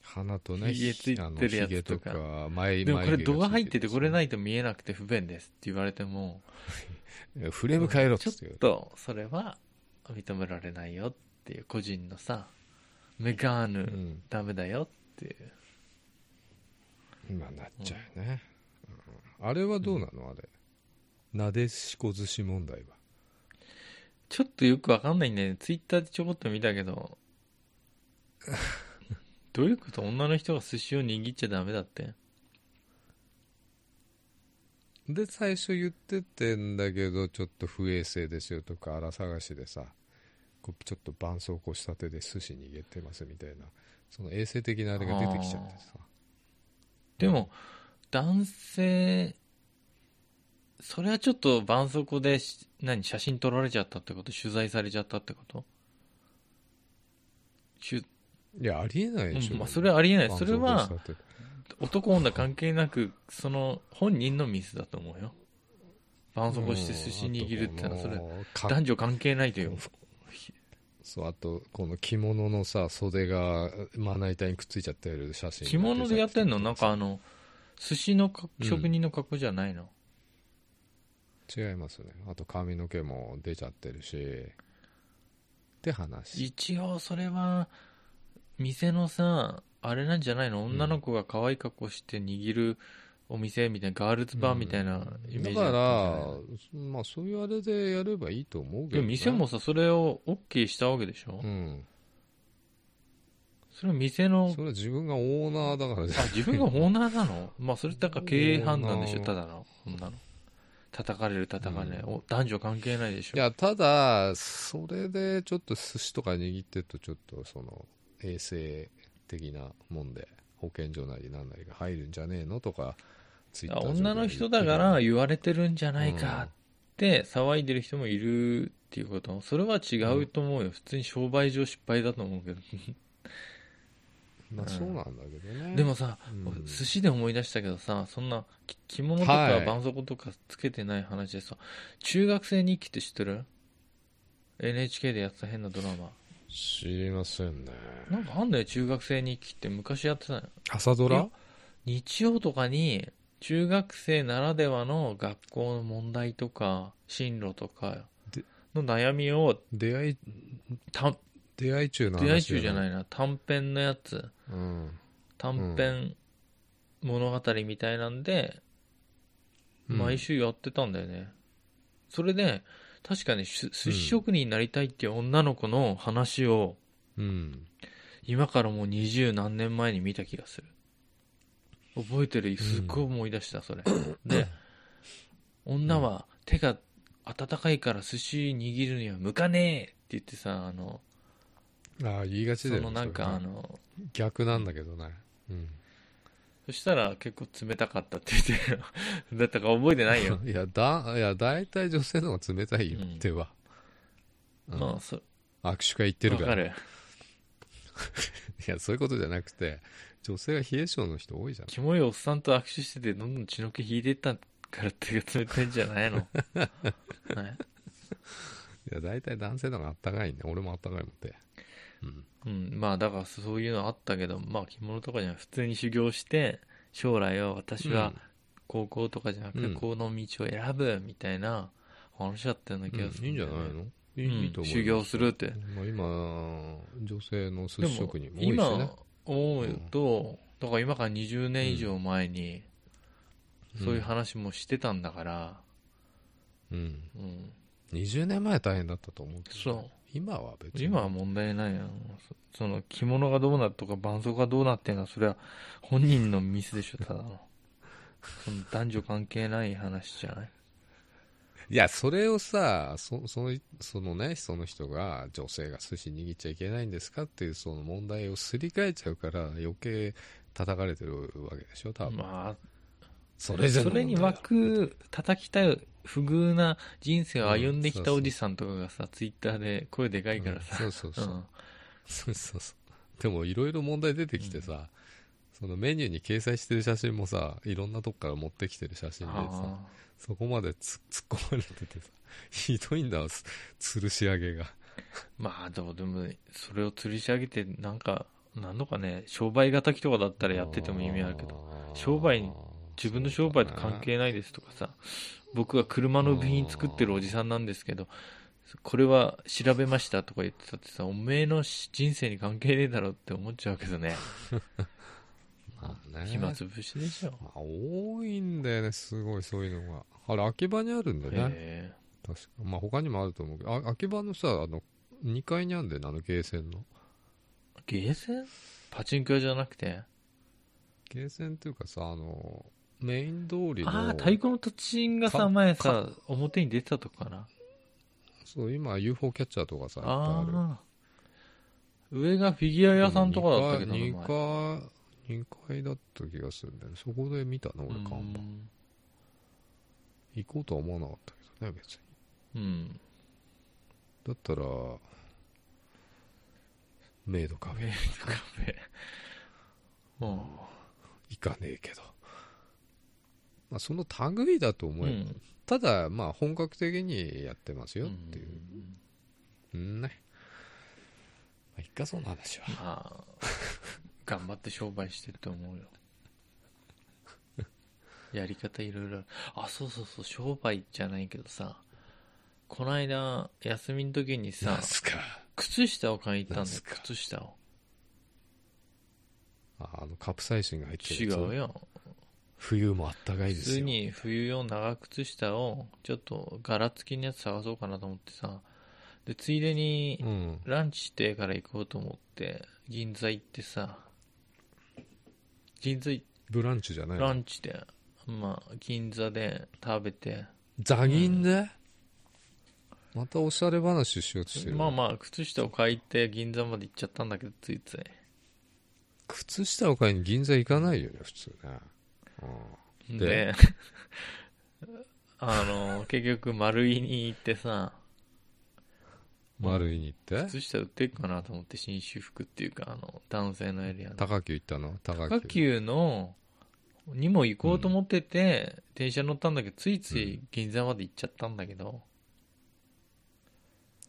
S2: 鼻とね、
S1: ひげついてるやつとか
S2: あのひげとか眉
S1: でもこれ
S2: 眉毛
S1: 度が入って
S2: つい
S1: てこれないと見えなくて不便ですって言われても
S2: いやフレーム変えろっ
S1: ち
S2: つ
S1: ょ
S2: って言う
S1: っとそれは認められないよっていう個人のさメガーヌ、
S2: うん
S1: ダメだよっていう
S2: 今なっちゃうね、うんあれはどうなのあれなでしこ寿司問題は
S1: ちょっとよくわかんないんだよね。ツイッターでちょこっと見たけど。 どういうこと女の人が寿司を握っちゃダメだって。
S2: で最初言っててんだけどちょっと不衛生ですよとか荒探しでさこうちょっと絆創膏したてで寿司握ってますみたいなその衛生的なあれが出てきちゃってさ
S1: でも、男性、それはちょっと絆創膏でし、何、写真撮られちゃったってこと取材されちゃったってことしゅ
S2: いやありえないでしょ、
S1: うんまあそれはありえないそれは
S2: 絆創膏したて
S1: 男女関係なく、その本人のミスだと思うよ。絆創膏して寿司握るってのは、それ
S2: う、んあとこの
S1: 男女関係ないとよ。
S2: そうあとこの着物のさ袖がまな板にくっついちゃってる写真
S1: 着物でやってんのなんか
S2: 出
S1: あの、寿司のか
S2: うん
S1: 職人の格好じゃないの、
S2: ちゃって違いますねあと髪の毛も出ちゃってるしって話
S1: 一応それは店のさあれなんじゃないの
S2: ん
S1: 女の子が可愛い格好して握るお店みたいなガールズバーみたいなイメー
S2: だ
S1: ジ
S2: から
S1: ったんじゃない
S2: まあそういうあれでやればいいと思うけど、
S1: で
S2: ね、
S1: も店もさそれを OK したわけでしょ、
S2: うん
S1: それは店の
S2: それは自分がオーナーだからじゃ
S1: あ自分がオーナーなのまあそれだから経営判断でしょ
S2: オー
S1: た
S2: ナー
S1: だのそんなの叩かれる叩かれない、お男女関係ないでしょ
S2: いやただそれでちょっと寿司とか握ってるとちょっとその衛生的なもんで保健所なりなんなりが入るんじゃねえのとかツイッター上で
S1: 女の人だから言われてるんじゃない
S2: うん
S1: かって騒いでる人もいるっていうことそれは違うと思うよ、普通に商売上失敗だと思うけど
S2: まあそうなんだけどね、
S1: でもさ、
S2: うん
S1: 寿司で思い出したけどさそんなき着物と
S2: は
S1: か
S2: い
S1: 絆創膏とかつけてない話でさ、中学生日記って知ってる NHK でやってた変なドラマ
S2: 知りませんね
S1: なんかあんだよ中学生日記って昔やってたの
S2: 朝ド
S1: いや日曜とかに中学生ならではの学校の問題とか進路とか
S2: で
S1: の悩みを
S2: 出会い
S1: た
S2: 出会い中の話、
S1: 出会い中じゃないいな短編のやつ
S2: うん、
S1: 短編物語みたいなんで、
S2: うん
S1: 毎週やってたんだよねそれで確かねす寿司職人になりたいっていう女の子の話を
S2: うん
S1: 今からもう二十何年前に見た気がする覚えてるすっごい思い出した、それで女は手が温かいから寿司握るには向かねえって言ってさあの
S2: ああ言いが
S1: そ
S2: ちだよね
S1: のなんか
S2: それ
S1: あ
S2: ね
S1: の
S2: 逆なんだけどね、うん
S1: そしたら結構冷たかったって言ってる だったから覚えてないよ
S2: いやだいや大体女性の方が冷たいよ、
S1: うん
S2: 手は、うん
S1: まあそ
S2: 握手会行って
S1: わ
S2: るから
S1: かる
S2: いやそういうことじゃなくて女性が冷え性の人多いじゃん
S1: キモいおっさんと握手しててどんどん血の気引いてったから手が冷たいんじゃ ないの、はい
S2: いや大体男性の方があったかいね俺もあったかいもん手うん
S1: うん、まあだからそういうのあったけど、まあ着物とかじゃなく普通に修行して、将来は私は高校とかじゃなく
S2: う
S1: て
S2: ん
S1: この道を選ぶみたいな話だったような
S2: うん
S1: 気がする、
S2: いいんじゃないのいい,、
S1: うん
S2: と思う
S1: 修行するって。
S2: まあ今女性の寿
S1: で
S2: 司
S1: も
S2: 職人も多いしね
S1: 今思うと、だから今から20年以上前に
S2: うん
S1: そういう話もしてたんだから、
S2: うん
S1: うん、
S2: 20年前は大変だったと思うけど
S1: そう。
S2: 今は別に
S1: 今は問題ないやんそその着物がどうなとか伴奏がどうなってんのはそれは本人のミスでしょただのその男女関係ない話じゃない
S2: いやそれをさそそのそのねその人が女性が寿司握っちゃいけないんですかっていうその問題をすり替えちゃうから余計叩かれてるわけでしょ多分、
S1: まあ
S2: それじゃ
S1: それに枠叩きたい不遇な人生を歩んできたおじさんとかがさ、ツイッターで声でかいからさ、
S2: うんそう
S1: う
S2: そ
S1: ん
S2: うそう、そうそうそうでもいろいろ問題出てきてさ、そのメニューに掲載してる写真もさいろんなとこから持ってきてる写真でさ
S1: あ
S2: そこまでつ突っ込まれててさひどいんだわす吊るし上げが
S1: ーまあでもでもそれを吊り上げてなんかなんのかね商売敵とかだったらやってても意味あるけど
S2: あー
S1: 商売に自分の商売と関係ないですとかさ、僕は車の部品作ってるおじさんなんですけど、これは調べましたとか言ってたってさ、おめえの人生に関係ねえだろって思っちゃうけどね、
S2: まあね
S1: 暇つぶしでしょ。
S2: まあ、多いんだよねすごいそういうのがあれ秋葉にあるんだよね
S1: へ
S2: 確かまあ他にもあると思うけどあ秋葉のさあの2階にあるんだよねあのゲーセンの
S1: えゲーセンパチンコ屋じゃなくて、
S2: ゲーセンっていうかさあのメイン通りの
S1: ああ、太鼓の達人がさ、
S2: か
S1: 前さ、表に出てたとこかな。
S2: そう今 UFO キャッチャーとかさいっぱいある
S1: ああ。上がフィギュア屋さんとかだったけどな、
S2: 2
S1: 前
S2: 階二階だった気がするんだよねそこで見たの俺看板
S1: うん
S2: 行こうとは思わなかったけどね別に
S1: うん。
S2: だったらメイドカフェ
S1: メイドカフェ。うん。
S2: 行かねえけど、まあ、その類だと思
S1: う
S2: えば、
S1: ん
S2: ただまあ本格的にやってますよっていう、
S1: ん
S2: うんね。まあ、いっか、その話は。
S1: まあ、頑張って商売してると 思うよ。やり方いろいろある。あ、そうそうそう、商売じゃないけどさ、この間、休みの時にさ、
S2: すか。
S1: 靴下を買いに行ったん
S2: なん
S1: だよ
S2: すか、
S1: 靴下を。
S2: ああの、カプサイシンが入って
S1: 違
S2: るやつ。
S1: うよ。
S2: 冬もあったかい
S1: 普
S2: ですよ。
S1: 通に冬用長靴下を、ちょっと柄付きのやつ探そうかなと思ってさ、で、ついでに
S2: う、ん。
S1: ランチしてから行こうと思って、銀座行ってさ、銀座行っ
S2: ブランチじゃない
S1: ラ
S2: の。
S1: ンチで、まあ、銀座で食べて、
S2: ザギンで、またおしゃれ話しようとしてる。
S1: まあまあ、靴下を買いて銀座まで行っちゃったんだけど、ついつい。
S2: 靴下を買いに銀座行かないよね、普通ね。
S1: で、
S2: で
S1: あの、結局、丸井に行ってさ、
S2: 丸いに行って。
S1: 靴下売ってるかなと思って、新種服っていうか、あの、男性のエリアの。
S2: 高級行ったの高
S1: 高
S2: 級。
S1: 級の、にも行こうと思ってて、電車乗ったんだけど、ついつい銀座まで行っちゃったんだけど、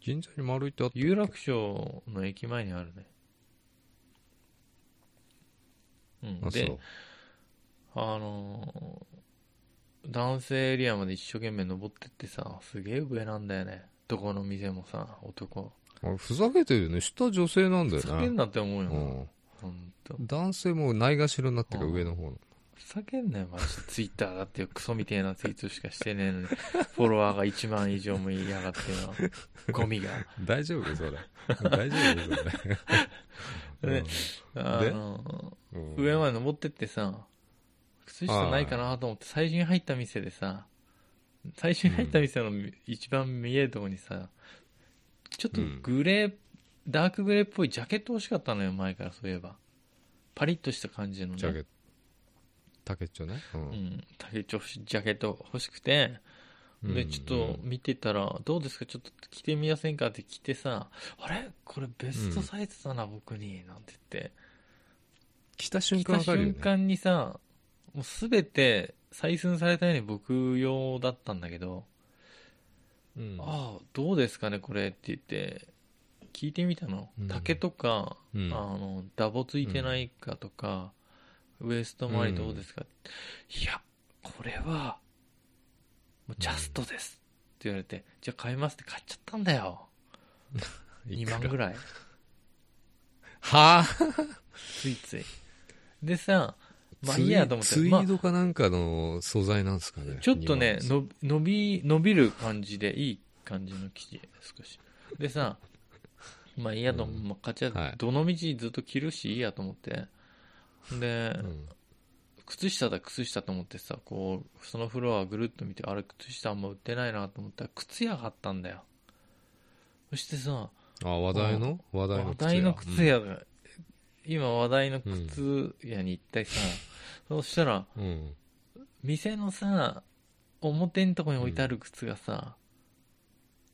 S2: 銀座に丸いってあった
S1: 有楽町の駅前にあるね。うん、
S2: あ、そ
S1: で
S2: う。
S1: あのー男性エリアまで一生懸命登ってってさ、すげえ上なんだよね。どこの店もさ、男。
S2: あれふざけてるよね。下女性なんだ
S1: ふ
S2: よ
S1: ざけん
S2: ね。
S1: なって思うよ
S2: う
S1: な。
S2: ん。
S1: ほんと。
S2: 男性もないがしろになってるか
S1: う
S2: ら
S1: ん
S2: 上の方の。
S1: ふざけんなよ、マジで。ツイッターだってよ、クソみてえなツイートしかしてねえのに、フォロワーが1万以上もいやがってな。ゴミが。
S2: 大丈夫それ 大丈夫そ れ、
S1: ねあの
S2: うん
S1: ー上まで登ってってさ、靴下ないかなと思って、最初に入った店でさ、最初に入った店の一番見えるとこにさ、ちょっとグレー、ダークグレーっぽいジャケット欲しかったのよ、前からそういえば。パリッとした感じのね。
S2: ジャケット竹っちょね、うん
S1: うん、竹ちょジャケット欲しくて、で、ちょっと見てたら、どうですか、ちょっと着てみやせんかって着てさ、あれこれベストサイズだな、僕に、なんて言って。
S2: 来た瞬
S1: 着
S2: 間
S1: た
S2: わかる
S1: 瞬
S2: よね
S1: 間にさ、もうすべて採寸されたように僕用だったんだけど、
S2: うん
S1: ああ、どうですかね、これって言って、聞いてみたの。
S2: うん
S1: 竹とか、
S2: うん
S1: あの、ダボついてないかとか、ウエスト周りどうですか、いや、これは、もうジャストですって言われて、じゃあ買いますって買っちゃったんだよ。
S2: い
S1: 2
S2: くら
S1: 万ぐらい。
S2: はあ
S1: ついつい。でさ、まあいいやと思って。
S2: ツイツイ
S1: まあ
S2: ードかなんかの素材なんですかね
S1: ちょっとね、
S2: 二万
S1: の伸び、伸びる感じで、いい感じの生地、少し。でさ、まあいいやと思う、まあ買っちゃう
S2: はい
S1: どの道ずっと着るし、いいやと思って。で、
S2: うん
S1: 靴下だ、靴下と思ってさ、こう、そのフロアぐるっと見て、あれ、靴下あんま売ってないなと思ったら、靴屋があったんだよ。そしてさ、
S2: あ話題の話題の
S1: 話
S2: 靴
S1: 題の靴屋
S2: や
S1: が、今話題の靴屋に行ったりさ、そうしたら、
S2: うん、うん
S1: 店のさ、表んとこに置いてある靴がさ、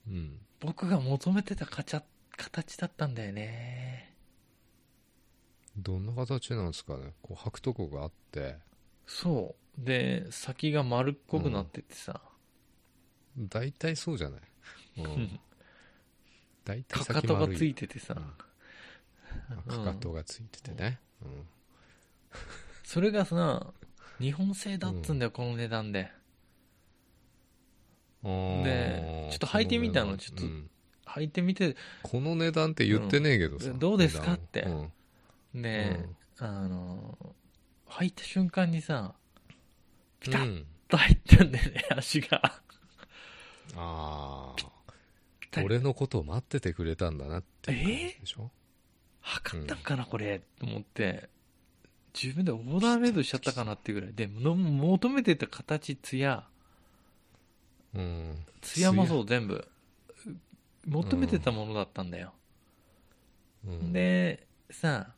S2: うん
S1: 僕が求めてたカチャ形だったんだよね
S2: どんな形なんですかねこう履くとこがあって
S1: そうで先が丸っこくなっててさ、
S2: 大体そうじゃない、うん
S1: うん
S2: 大体
S1: か
S2: 先
S1: かとが
S2: 丸
S1: つい
S2: い
S1: ててさ、
S2: うんかかとがついててね、うん
S1: それがさ日本製だっつんだよ、この値段でで
S2: で
S1: ちょっと履いてみたのちょっと履いてみて
S2: この値段って言ってねえけどさ、
S1: うんどうですかって
S2: 値段を
S1: ね、あの履いた瞬間にさピタ
S2: うんう
S1: ッ
S2: ん
S1: と入ったんだよね、 足が
S2: あ
S1: タ
S2: あ
S1: リ
S2: 俺のことを待っててくれたんだなっていう感じでしょ、
S1: 測ったんかな、これと思って自分でオーダーメイドしちゃったかなっていうぐらいでの求めてた形ツヤ
S2: うん
S1: ツヤもそう全部求めてたものだったんだよ、
S2: うん
S1: でさ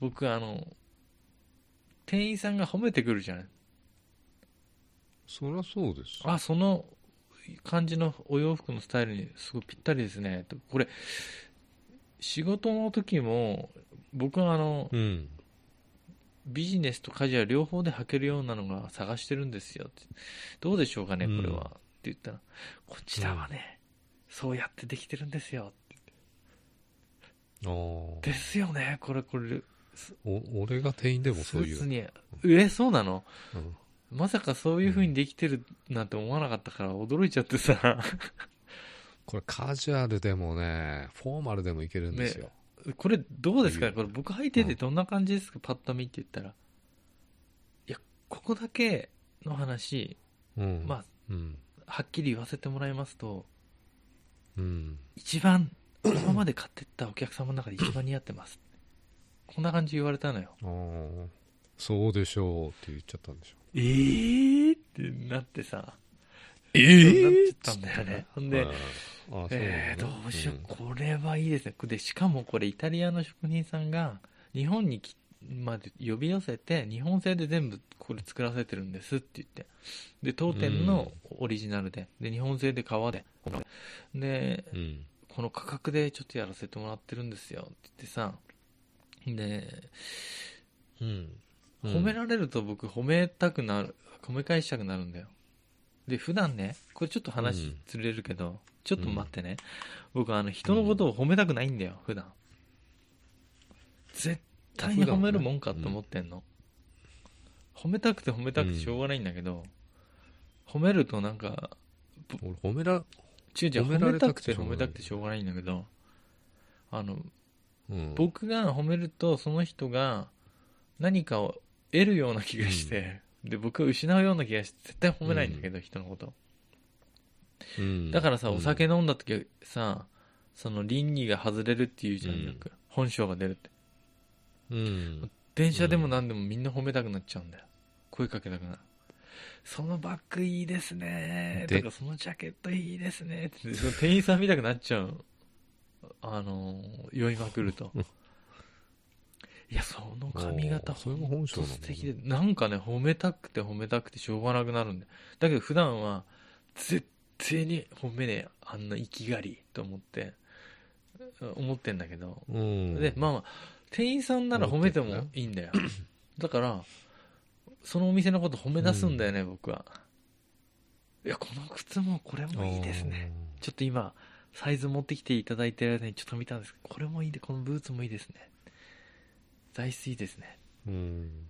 S1: 僕あの店員さんが褒めてくるじゃん
S2: そりゃそうです
S1: あその感じのお洋服のスタイルにすごいぴったりですねとこれ仕事の時も僕はあの
S2: うん
S1: ビジネスとカジュアル両方で履けるようなのが探してるんですよってどうでしょうかねこれは、
S2: うん
S1: って言ったらこちらはね、そうやってできてるんですよ
S2: ああお
S1: ですよねこれこれ
S2: 俺が店員でも
S1: ス
S2: そうい
S1: ー
S2: う
S1: ツにえそうなの
S2: うん
S1: まさかそういう風にできてるなんて思わなかったから驚いちゃってさ
S2: これカジュアルでもねフォーマルでもいけるんですよ、
S1: これどうです
S2: い
S1: か
S2: いよ
S1: これ僕履いててどんな感じですかパッと見って言ったらいやここだけの話
S2: うん
S1: ま
S2: うん
S1: あはっきり言わせてもらいますと
S2: うん
S1: 一番今まで買ってったお客様の中で一番似合ってますこんな感じ言われたのよ
S2: ああそうでしょうって言っちゃったんでしょ
S1: えーってなってさ
S2: え
S1: そうなっちゃったんだよねほんで
S2: あそう
S1: えー、どうしよう、
S2: ん
S1: これはいいですね。で、しかもこれイタリアの職人さんが日本にきまで呼び寄せて、日本製で全部これ作らせてるんですって言って。で、当店のオリジナルで、で、日本製で革で、で、
S2: うん
S1: この価格でちょっとやらせてもらってるんですよって言ってさ、で、
S2: うん
S1: 褒められると僕褒めたくなる、褒め返したくなるんだよ。で、普段ね、これちょっと
S2: う
S1: 話
S2: ん
S1: ずれるけど、ちょっと待ってね。僕、あの、人のことを褒めたくないんだよ、普段。絶対に
S2: 普段
S1: 褒
S2: はね
S1: めるもんかと思ってんの。褒めたくて褒めたくてしょうがないんだけど、褒めるとなんか、
S2: 俺褒めら
S1: 違う違う、
S2: 褒め
S1: 褒
S2: ら
S1: め
S2: れ
S1: た
S2: た
S1: く
S2: く
S1: て
S2: て
S1: 褒めたくてしょうがないんだけど、あの、
S2: うん
S1: 僕が褒めるとその人が何かを得るような気がして、で僕は失うような気がして絶対褒めないんだけど、人のこと
S2: うん
S1: だからさ、
S2: うん
S1: お酒飲んだ時さその倫理が外れるっていうじゃん、
S2: うん
S1: よく本性が出るって
S2: うん
S1: 電車でも何でもみんな褒めたくなっちゃうんだよ声かけたくなるそのバッグいいですね
S2: で
S1: とかそのジャケットいいですねってその店員さん見たくなっちゃうあのー酔いまくると いやその髪型
S2: おーそれも
S1: ほん
S2: 本
S1: と
S2: 性なの
S1: 素敵でなんかね褒めたくて褒めたくてしょうがなくなるんでだけど普段は絶対に褒めねえあんな生きがりと思って思ってんだけど
S2: うん
S1: でまあまあ店員さんなら褒めてもいいん だよだからそのお店のこと褒め出すんだよね、僕はいやこの靴もこれもいいですねちょっと今サイズ持ってきていただいてる間にちょっと見たんですけどこれもいいでこのブーツもいいですね材質いいですね
S2: うん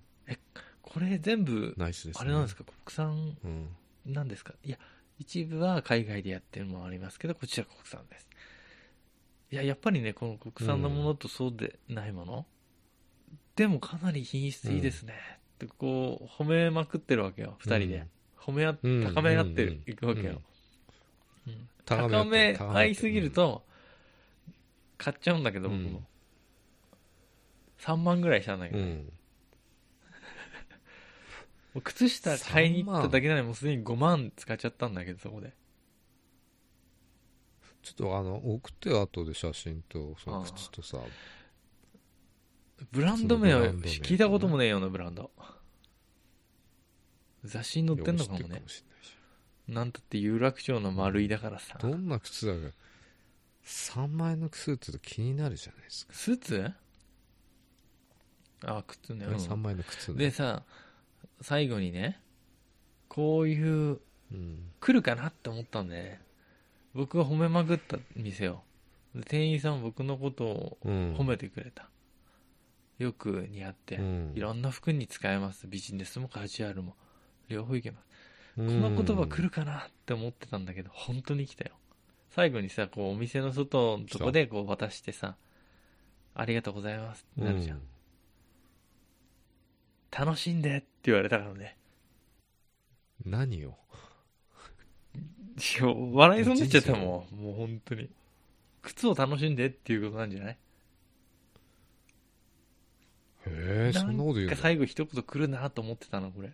S1: これ全部
S2: ナイスです
S1: あ
S2: ね
S1: れなんですか国産
S2: うん
S1: なんですかいや一部は海外でやってるのもありますけどこちら国産ですいややっぱりねこの国産のものとそうでないもの、でもかなり品質いいですね、ってこう褒めまくってるわけよ2人で、褒め合っ
S2: うん
S1: 高め合って
S2: うんう
S1: る
S2: ん
S1: いくわけよ、うん
S2: 高
S1: 高
S2: め合って
S1: め
S2: る
S1: 合いすぎると買っちゃうんだけど僕も、
S2: うん
S1: 3万ぐらいしたんだけ
S2: う
S1: ど、
S2: ん
S1: もう靴下買いに行っただけなのにもうすでに5万使っちゃったんだけどそこで
S2: ちょっとあの送ってよ後で写真とその靴とさ
S1: ブランド名を
S2: そのブランド名
S1: 聞いたこともねえようなブランド雑誌に載ってんのかも
S2: いや
S1: ね
S2: 知ってるかもし
S1: なんたって有楽町の丸井だからさ
S2: れ ないしどんな靴だか3万円の靴って言うと気になるじゃないですか、
S1: スーツあ靴ね、うん
S2: 3万円の靴ね
S1: でさ最後にねこういう
S2: うん
S1: 来るかなって思ったんでね僕が褒めまくった店をで店員さん僕のことを
S2: うん
S1: 褒めてくれた、よく似合って、
S2: うん
S1: いろんな服に使えますビジネスもカジュアルも両方いけますこ
S2: こ
S1: の言葉来るかなって思ってたんだけど、本当に来たよ。最後にさ、こう、お店の外のとこでこう渡してさ、ありがとうございますってなるじゃん。楽しんでって言われたからね。
S2: 何を
S1: いや笑いそうになっちゃったもん。もう本当に。靴を楽しんでっていうことなんじゃない
S2: えー、そんなこと言
S1: な
S2: うんだ
S1: んか最後一言来るなと思ってたのこれ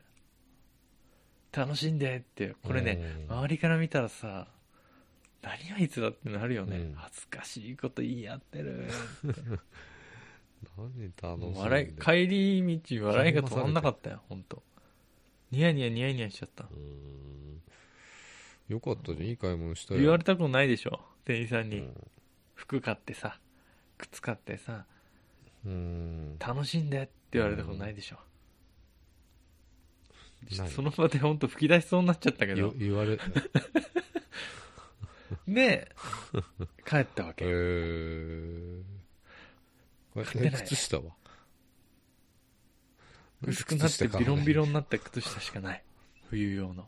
S1: 楽しんでってこれね
S2: うん
S1: 周りから見たらさ何あいつだってなるよね、
S2: うん
S1: 恥ずかしいこと言い合ってる
S2: 何楽しんで
S1: 笑い帰り道笑いが止まんなかったよ本当ニヤニヤニヤニヤしちゃった
S2: うーんよかったじゃんいい買い物したよ
S1: 言われたことないでしょ店員さん
S2: う
S1: に
S2: ん
S1: 服買ってさ靴買ってさ
S2: うーん
S1: 楽しんでって言われたことないでしょ、ちょっ
S2: ない
S1: とその場で本当吹き出しそうになっちゃったけど
S2: よ言 われ
S1: で帰ったわ
S2: え
S1: け、
S2: ー、これ
S1: 買ってない
S2: 靴下は
S1: 薄くなって
S2: 靴下買わな
S1: ビ
S2: い
S1: ロンビロンになった靴下しかない冬用の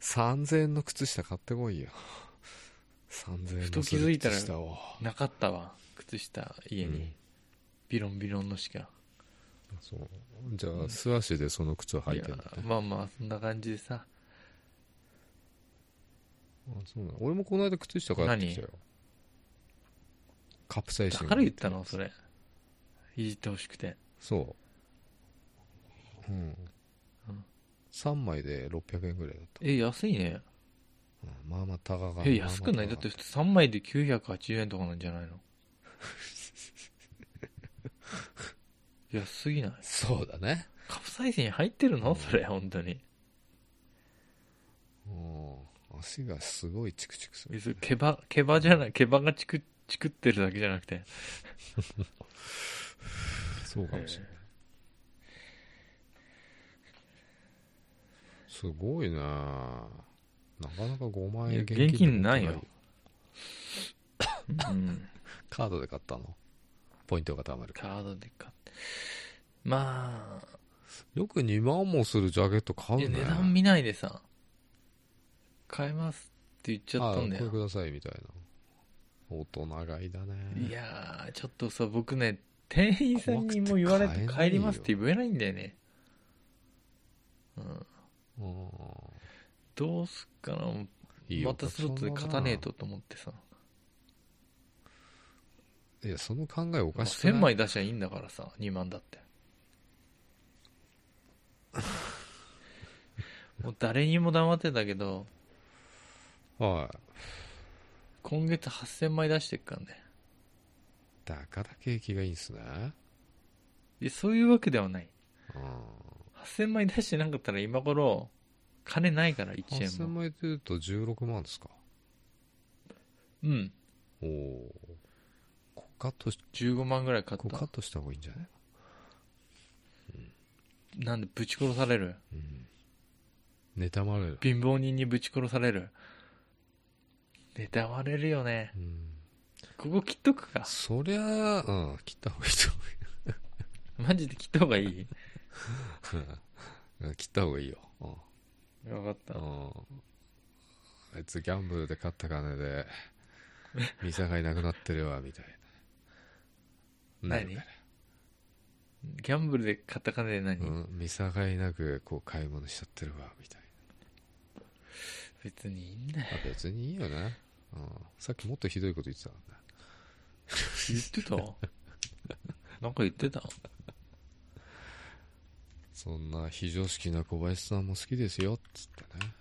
S2: 3000円の靴下買ってこいよ3000円の
S1: ふと気づいたら
S2: 靴下を
S1: なかったわ靴下家に、
S2: うん
S1: ビロンビロンのしか
S2: そうじゃあ素足でその靴を履いてんだね
S1: いやまあまあそんな感じでさ
S2: あそうなの俺もこの間靴下買ってきたよカプサイ
S1: だ
S2: シン
S1: から言ったのそれいじってほしくて
S2: そううん、
S1: うん
S2: 3枚で600円ぐらいだった、
S1: え安いね
S2: うんまあまあ高が
S1: え安くない
S2: ま
S1: だ
S2: あまあ高
S1: って3枚で980円とかなんじゃ ないの安すぎない
S2: そうだね
S1: カプサイシン入ってるのそれ本当に
S2: うん足がすごいチクチクする
S1: えそれ毛羽毛羽じゃない毛羽がチクチクってるだけじゃなくて
S2: そうかもしれない、すごいななかなか5万円
S1: い
S2: 現
S1: や
S2: 金
S1: 現金ないようん
S2: カードで買ったのポイントが貯まる
S1: カードで買ってまあ
S2: よく2万もするジャケット買う
S1: い
S2: ね
S1: や値段見ないでさ買えますって言っちゃったんだ
S2: あ
S1: よ
S2: これくださいみたいな大人買いだね
S1: いやーちょっとさ僕ね店員さんにも言われて
S2: 怖くて買えない
S1: 帰
S2: よ
S1: りますって言えないんだよねうん
S2: うん
S1: どうすっかない
S2: い
S1: またスロットで勝たねえとと思ってさ
S2: えいやその考えお
S1: まあ
S2: かしくない
S1: 1000枚出しゃいいんだからさ2万だって もう誰にも黙ってたけど
S2: はい
S1: 今月8000枚出してっからね
S2: だから景気がいいんすね
S1: いやそういうわけではない
S2: うん
S1: 8000枚出してなかったら今頃金ないから1円
S2: 8000
S1: も
S2: 枚というと16万ですか
S1: うん
S2: おおこカットし
S1: 15万ぐらい買っ
S2: こカ
S1: た
S2: ットした方がいいんじゃない
S1: なんでぶち殺される
S2: うん妬まれる
S1: 貧乏人にぶち殺される妬まれるよね
S2: うん
S1: ここ切っとくか
S2: そりゃあうん切った方がいいと
S1: マジで切った方がいい
S2: 思ううん切った方がいいようん
S1: 分かった
S2: うんあいつギャンブルで勝った金で店がいなくなってるわみたいなな
S1: 何
S2: る
S1: ギャンブルで買った金で何、
S2: うん店がいなくこう買い物しちゃってるわみたい
S1: 別にいいんだよ
S2: なあ別にいいよね、うん、さっきもっとひどいこと言ってたもんね
S1: 言ってた なんか言ってた
S2: そんな非常識な小林さんも好きですよっつってね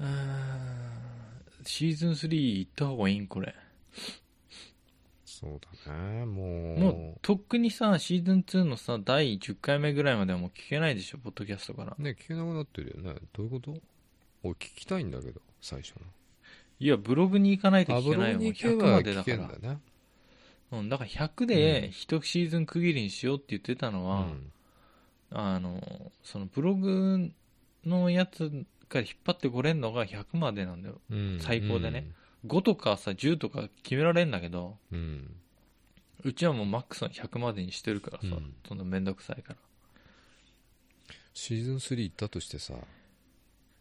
S1: うーんシーズン3行った方がいいんこれ
S2: そうだねもう
S1: もうとっくにさシーズン2のさ第10回目ぐらいまではもう聞けないでしょポッドキャストから
S2: ね聞けなくなってるよねどういうこと俺聞きたいんだけど最初の
S1: いやブログに行かないと
S2: あ
S1: 聞
S2: ブ
S1: け
S2: ロ
S1: ない
S2: グ
S1: よもう
S2: に行け
S1: 100ま
S2: ば
S1: でだか
S2: 聞けん
S1: ら
S2: だね
S1: うん、だから100で
S2: うん
S1: 1シーズン区切りにしようって言ってたの
S2: う
S1: は、
S2: ん
S1: あのそのブログのやつから引っ張ってこれんのが100までなんだよ
S2: うん
S1: 最高でね5とかさ10とか決められんだけど
S2: うん
S1: うちはもうマックスの100までにしてるからさ、
S2: うん
S1: そんなめんどくさいか
S2: シーズン3行ったとしてさ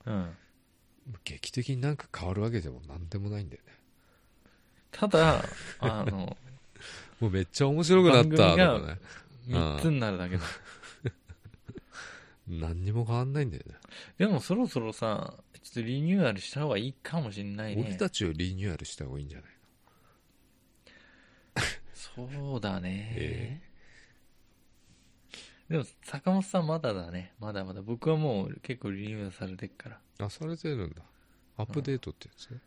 S1: ら、うん、
S2: 劇的になんか変わるわけでも何でもないんだよね
S1: た だあの
S2: もうめっちゃ面白くなった
S1: 番
S2: とかね
S1: 3つになるだけだ
S2: 何にも変わんないんだよね
S1: でもそろそろさちょっとリニューアルした方がいいかもしれないね
S2: 俺たちをリニューアルした方がいいんじゃない
S1: そうだね、
S2: え
S1: でも坂本さんまだだねまだまだ僕はもう結構リニューアルされてっから
S2: あされてるんだアップデートってやつ、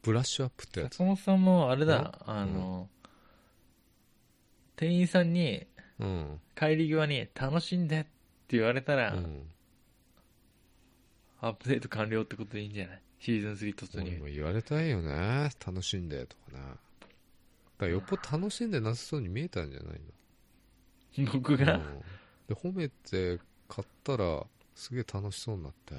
S2: ブラッシュアップってやつ
S1: 坂本さんもあれだあの、店員さんに
S2: うん、
S1: 帰り際に楽しんでって言われた
S2: う
S1: ら、
S2: ん、
S1: アップデート完了ってことでいいんじゃないシーズン3突
S2: 俺も
S1: 入
S2: 言われたいよね楽しんでとかなだからよっぽど楽しんでなさそうに見えたんじゃないの
S1: 僕が、
S2: うんで褒めて買ったらすげえ楽しそうになって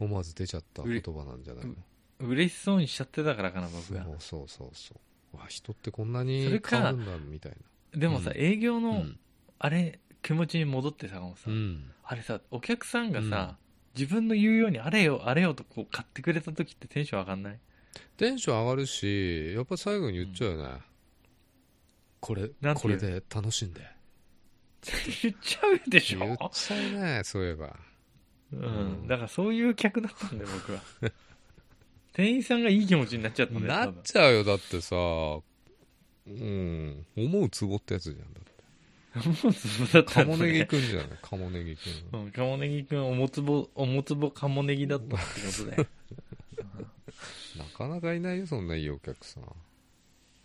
S2: 思わず出ちゃった言葉なんじゃないの
S1: 嬉しそうにしちゃってたからかな僕が
S2: そうそうそうそうわ人ってこんな
S1: そ
S2: に
S1: れ
S2: 変
S1: か
S2: わるんだみたい
S1: でもさ、
S2: うん
S1: 営業
S2: な
S1: の、
S2: うん
S1: あれ気持ちに戻って坂本さ、
S2: うんん
S1: あれさお客さんがさ、自分の言うようにあれよあれよとこう買ってくれた時ってテンション上がんない
S2: テンション上がるしやっぱ最後に言っちゃうよね、これ
S1: なんて
S2: こ
S1: 言
S2: れ
S1: う
S2: で楽しんで
S1: 言っちゃうでし
S2: 言っ
S1: ょ、
S2: ちゃうねそういえば
S1: うん
S2: うん
S1: だからそういう客だったんだよ 僕は店員さんがいい気持ちになっちゃったんだよ
S2: な
S1: 多
S2: っ
S1: 分
S2: ちゃうよだってさうん思うツボってやつじゃんだって
S1: もうそうだった
S2: カ
S1: んで
S2: モ
S1: す
S2: ネギ
S1: ね
S2: くんじゃ ないカモネギくん
S1: うん、カモネギくんおもつぼおもつぼカモネギだったってことだよ、
S2: なかなかいないよそんないいお客さん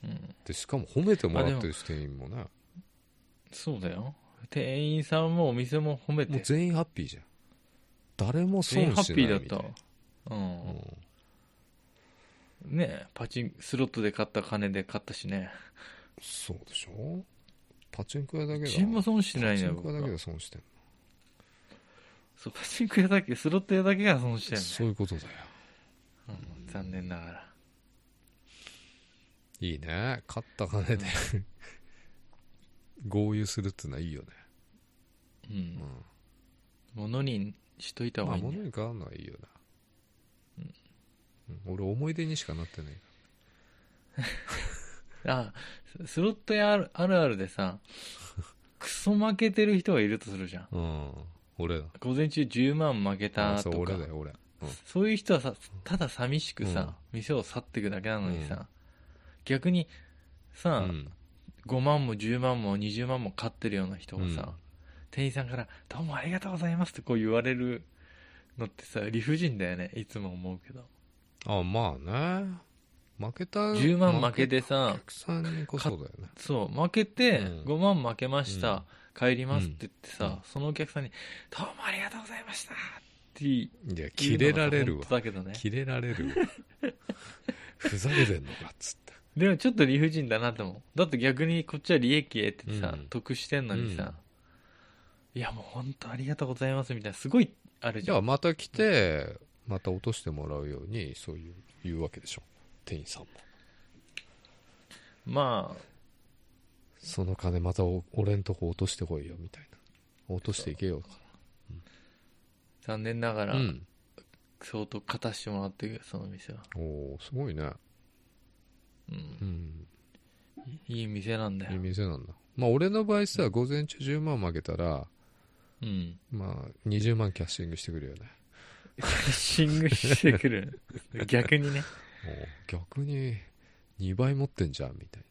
S1: うん、
S2: でしかも褒めてもらってる支店員もねも
S1: そうだよ店員さんもお店も褒め
S2: う
S1: て
S2: 全員ハッピーじゃん誰も
S1: 全員
S2: 損
S1: ハ
S2: し
S1: ッピ
S2: ないみ
S1: ー
S2: た
S1: だ
S2: い
S1: っ
S2: な
S1: たう
S2: うんん
S1: ねえパチンスロットで買った金で買ったしね
S2: そうでしょパチンコ屋だけだ
S1: 一円も損してないんだよ
S2: パチンコ
S1: 僕
S2: 屋だけ
S1: は
S2: で損してん
S1: そうパチンコ屋だけスロット屋だけが損して
S2: の
S1: る
S2: そういうことだよ
S1: うん、残念ながら
S2: いいね勝った金で 合流するってのはいいよね
S1: う
S2: うんん
S1: 物にしといた方
S2: ま
S1: がいいん
S2: あ
S1: だ
S2: 物
S1: よ
S2: に変わるのはいいよな、うん俺思い出にしかなってない
S1: あスロット屋あるあるあるで さクソ負けてる人がいるとするじゃん
S2: うん俺だ
S1: 午前中10万負けた
S2: あそ
S1: と
S2: う
S1: か
S2: 俺だよ俺うん
S1: そういう人はさ、ただ寂しくさ、店を去っていくだけなのにさ、
S2: う
S1: 逆に
S2: う
S1: さ、
S2: ん
S1: 5万も10万も20万も買ってるような人がさ、
S2: うん
S1: 店員さんから、どうもありがとうございますってこう言われるのってさ、理不尽だよね、いつも思うけど。
S2: あまあね負けた
S1: 10万負けて
S2: お
S1: さ、
S2: 客さんにこそだよね
S1: そう、負けて、
S2: うん
S1: 5万負けました、
S2: うん
S1: 帰りますって言ってさ、
S2: うん
S1: そのお客さんに、どうもありがとうございましたって言
S2: いや
S1: う
S2: キレられ
S1: の
S2: る
S1: が
S2: わ
S1: 本当だけどね。
S2: キレられるわふざけてんのかっつって
S1: でもちょっと理不尽だなと思うだって逆にこっちは利益得てさ、
S2: うん
S1: 得してんのにさ、いやもう本当ありがとうございますみたいなすごいあるじ
S2: じ
S1: ゃ
S2: ゃあ
S1: ん
S2: また来てまた落としてもらうようにそういう言うわけでしょ店員さんも
S1: ま
S2: その金またお俺んとこ落としてこいよみたいな落としていけよとか
S1: あ残念ながら
S2: うん
S1: 相当勝たしてもらってるその店は、
S2: おおすごいね
S1: うん、
S2: うん
S1: いい店なんだ
S2: いい
S1: よ、
S2: 店なんだまあ俺の場合さ午前中10万負けたら
S1: うん、
S2: まあ20万キャッシングしてくるよね
S1: キャッシングしてく る逆にね
S2: おー逆に2倍持ってんじゃんみたい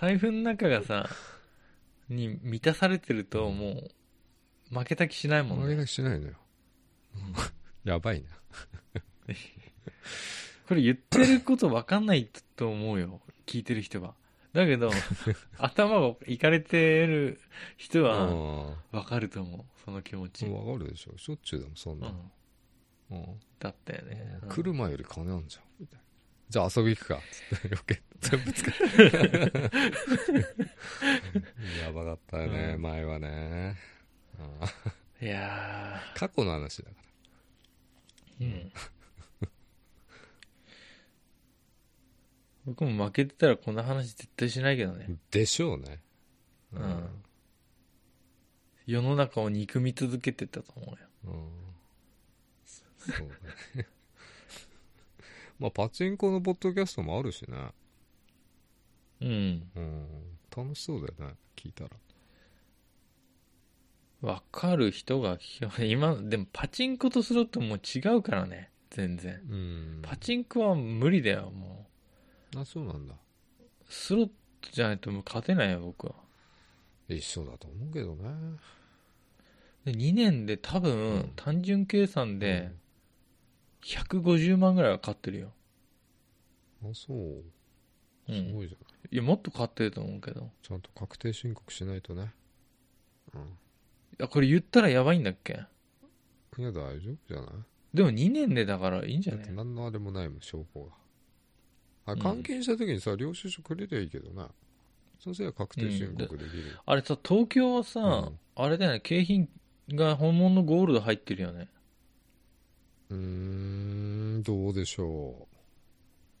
S1: 財布の中がさに満たされてるともう負けた気しない
S2: な
S1: もん
S2: 負け
S1: ね
S2: なきしないのよやばいな
S1: これ言ってること分かんないと思うよ聞いてる人はだ けど頭がいかれてる人は
S2: あ
S1: 分かると思うその気持ち、
S2: 分かるでしょしょっちゅうでもんそん
S1: う
S2: なの
S1: ん
S2: うん
S1: だったよね、うん
S2: 車より金あんじゃんみたいなじゃあ遊び 行くかつって余計全部使うやばかったよね、
S1: うん
S2: 前はねあー
S1: いや
S2: 過去の話だか
S1: ー、うん、僕も負けてたらこんな話絶対しないけどね
S2: らでしょうね
S1: うん、世の中を憎み続けてたと思うよ
S2: うんそうね まあパチンコのポッドキャストもあるしね、
S1: うん
S2: うん、楽しそうだよね聞いたら
S1: 分かる人が聞けば今でもパチンコとスロットもう違うからね全然
S2: うん
S1: パチンコは無理だよもう
S2: あそうなんだ
S1: スロットじゃないともう勝てないよ、僕は。
S2: 一緒だと思うけどね
S1: で2年で多分、
S2: うん
S1: 単純計算で150万ぐらいは勝ってるよ、
S2: うんあそう
S1: うん
S2: すごいじゃん、
S1: いやもっと勝ってると思うけど
S2: ちゃんと確定申告しないとねうん
S1: あこれ言ったらやばいんだっけ
S2: いや大丈夫じゃない
S1: でも2年でだからいいんじゃ
S2: だっ
S1: な
S2: て
S1: い
S2: 何のあれもないもん証拠があ
S1: うん
S2: 換金した時にさ領収書くれりゃいいけどなそのせいは確定申告できる、
S1: あれさ東京はさ、
S2: うん
S1: あれだよね景品が本物のゴールド入ってるよね
S2: うーんどうでしょう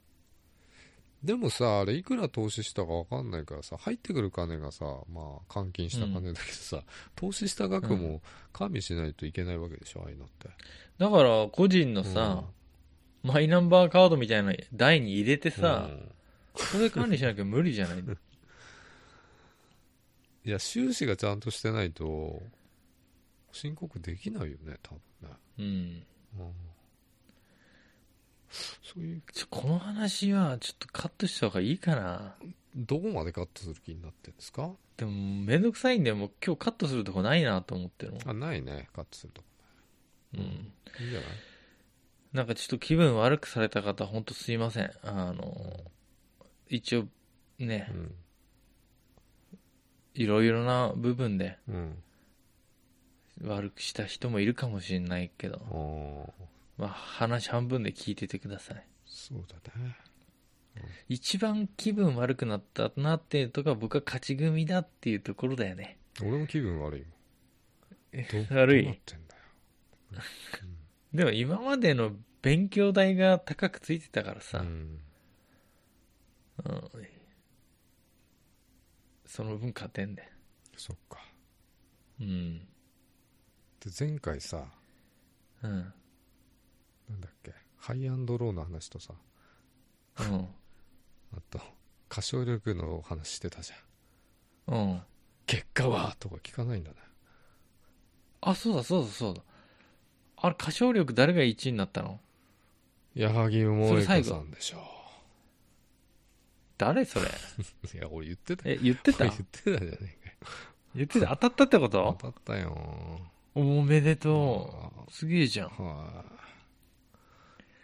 S2: でもさあれいくら投資したか分かんないからさ入ってくる金がさまあ換金した金だけどさ、投資した額
S1: う
S2: も加味しないといけないわけでしょああいうのって
S1: だから個人のさ、マイナンバーカードみたいな台に入れて
S2: うん
S1: さ、
S2: うん
S1: それ管理しなきゃ無理 じゃない
S2: いや収支がちゃんとしてないと申告できないよね多分ね
S1: うん
S2: うんそういう
S1: ちょこの話はちょっとカットした方がいいかな
S2: どこまでカットする気になってるんですか
S1: でもめんどくさいんでもう今日カットするとこないなと思ってるもん
S2: あないねカットするとこ
S1: うん
S2: いいんじゃない
S1: なんかちょっと気分悪くされた方ほんとすいませんあの一応ね
S2: うん
S1: いろいろな部分で
S2: うん
S1: 悪くした人もいるかもしれないけど
S2: あ、ー
S1: まあ、話半分で聞いててください
S2: そうだね
S1: 一番気分悪くなったなっていうとか僕は勝ち組だっていうところだよね
S2: 俺も気分悪いもんど
S1: 悪い
S2: どうなってんだよ
S1: でも今までの勉強代が高くついてたからさ、
S2: うん
S1: うんその分勝てんで
S2: そっか
S1: うん
S2: で前回さ
S1: うん
S2: なんだっけハイアンドローの話とさ
S1: うん
S2: あと歌唱力の話してたじゃん
S1: うん
S2: 結果はとか聞かないんだね
S1: あそうだそうだそうだあれ歌唱力誰が1位になったの
S2: 矢作萌子さんでしょ
S1: 誰それ
S2: いや俺言ってた
S1: え言って た
S2: 言ってたじゃねえかよ
S1: 言ってた当たったってこ
S2: 当
S1: と
S2: たったよ
S1: おめでと
S2: あ
S1: うすげえじゃん
S2: ーはい、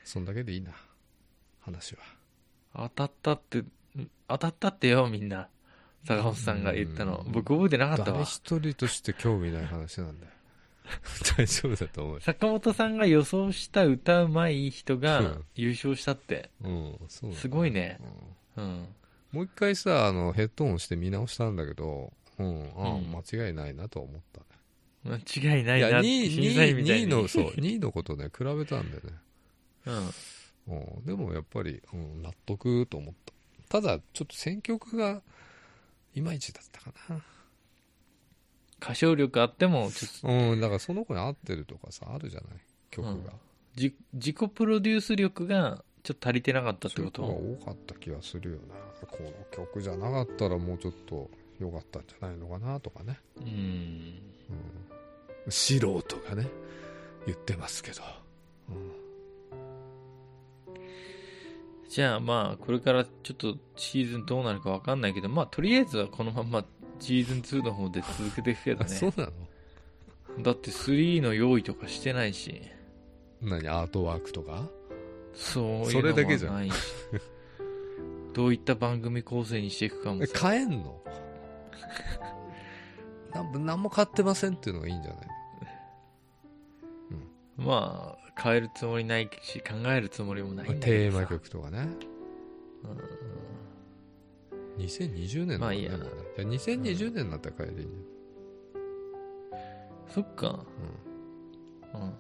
S2: そんだけでいいな話は
S1: 当たったってうん当たったってよみんな坂本さんが言ったの
S2: うん
S1: 僕覚えてなかった
S2: 誰
S1: わ
S2: 一人として興味ない話なんだよ 大丈夫だと思うよ
S1: 坂本さんが予想した歌うまい人
S2: う
S1: が
S2: ん
S1: 優勝したって
S2: うんそうなんだ
S1: すごいね
S2: うん
S1: うん
S2: もう一回さあのヘッドホンして見直したんだけどうんあ
S1: うん
S2: ー間違いないなとは思ったね、
S1: 間違いないい
S2: や
S1: な
S2: 2
S1: って
S2: 位
S1: 審査員みたいに
S2: のそう2位の ことね比べたんだよね
S1: うん
S2: うん、でもやっぱり、うん、納得と思ったただちょっと選曲がいまいちだったか
S1: 歌唱力あってもちょっと
S2: なうんだからその子に合ってるとかさあるじゃない曲が、
S1: うんじ自己プロデュース力がちょっと足りてなかったってこ
S2: そう
S1: と
S2: いうのが多かった気がするよなこの曲じゃなかったらもうちょっと良かったんじゃないのかなとかね、
S1: うん
S2: うん、素人がね言ってますけど、うん
S1: じゃあまあこれからちょっとシーズンどうなるかわかんないけどまあとりあえずはこのままシーズン2の方で続けていくけど
S2: あそう
S1: ね
S2: なの
S1: だって3の用意とかしてないし
S2: 何アートワークとか
S1: そうい
S2: そう
S1: の
S2: れ
S1: もな
S2: だ
S1: い
S2: け
S1: し
S2: じゃん
S1: どういった番組構成にしていくかも
S2: え
S1: さ
S2: 買えんの なん何も買ってませんっていうのがいいんじゃない
S1: まあ変えるつもりないし考えるつもりもないんだ
S2: テ
S1: け
S2: ー
S1: ど
S2: マ
S1: さ
S2: 曲とかね
S1: うん
S2: 2020年
S1: ま
S2: だも
S1: あ
S2: ん
S1: いい
S2: ね
S1: や
S2: もうねじゃあ2020年になったら帰りに
S1: そっかうん
S2: うん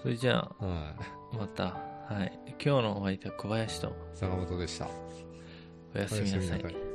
S1: それじゃあ
S2: うんはい
S1: またはい今日のお相手は小林と
S2: 坂本でした
S1: おやすみな
S2: おや
S1: さい
S2: い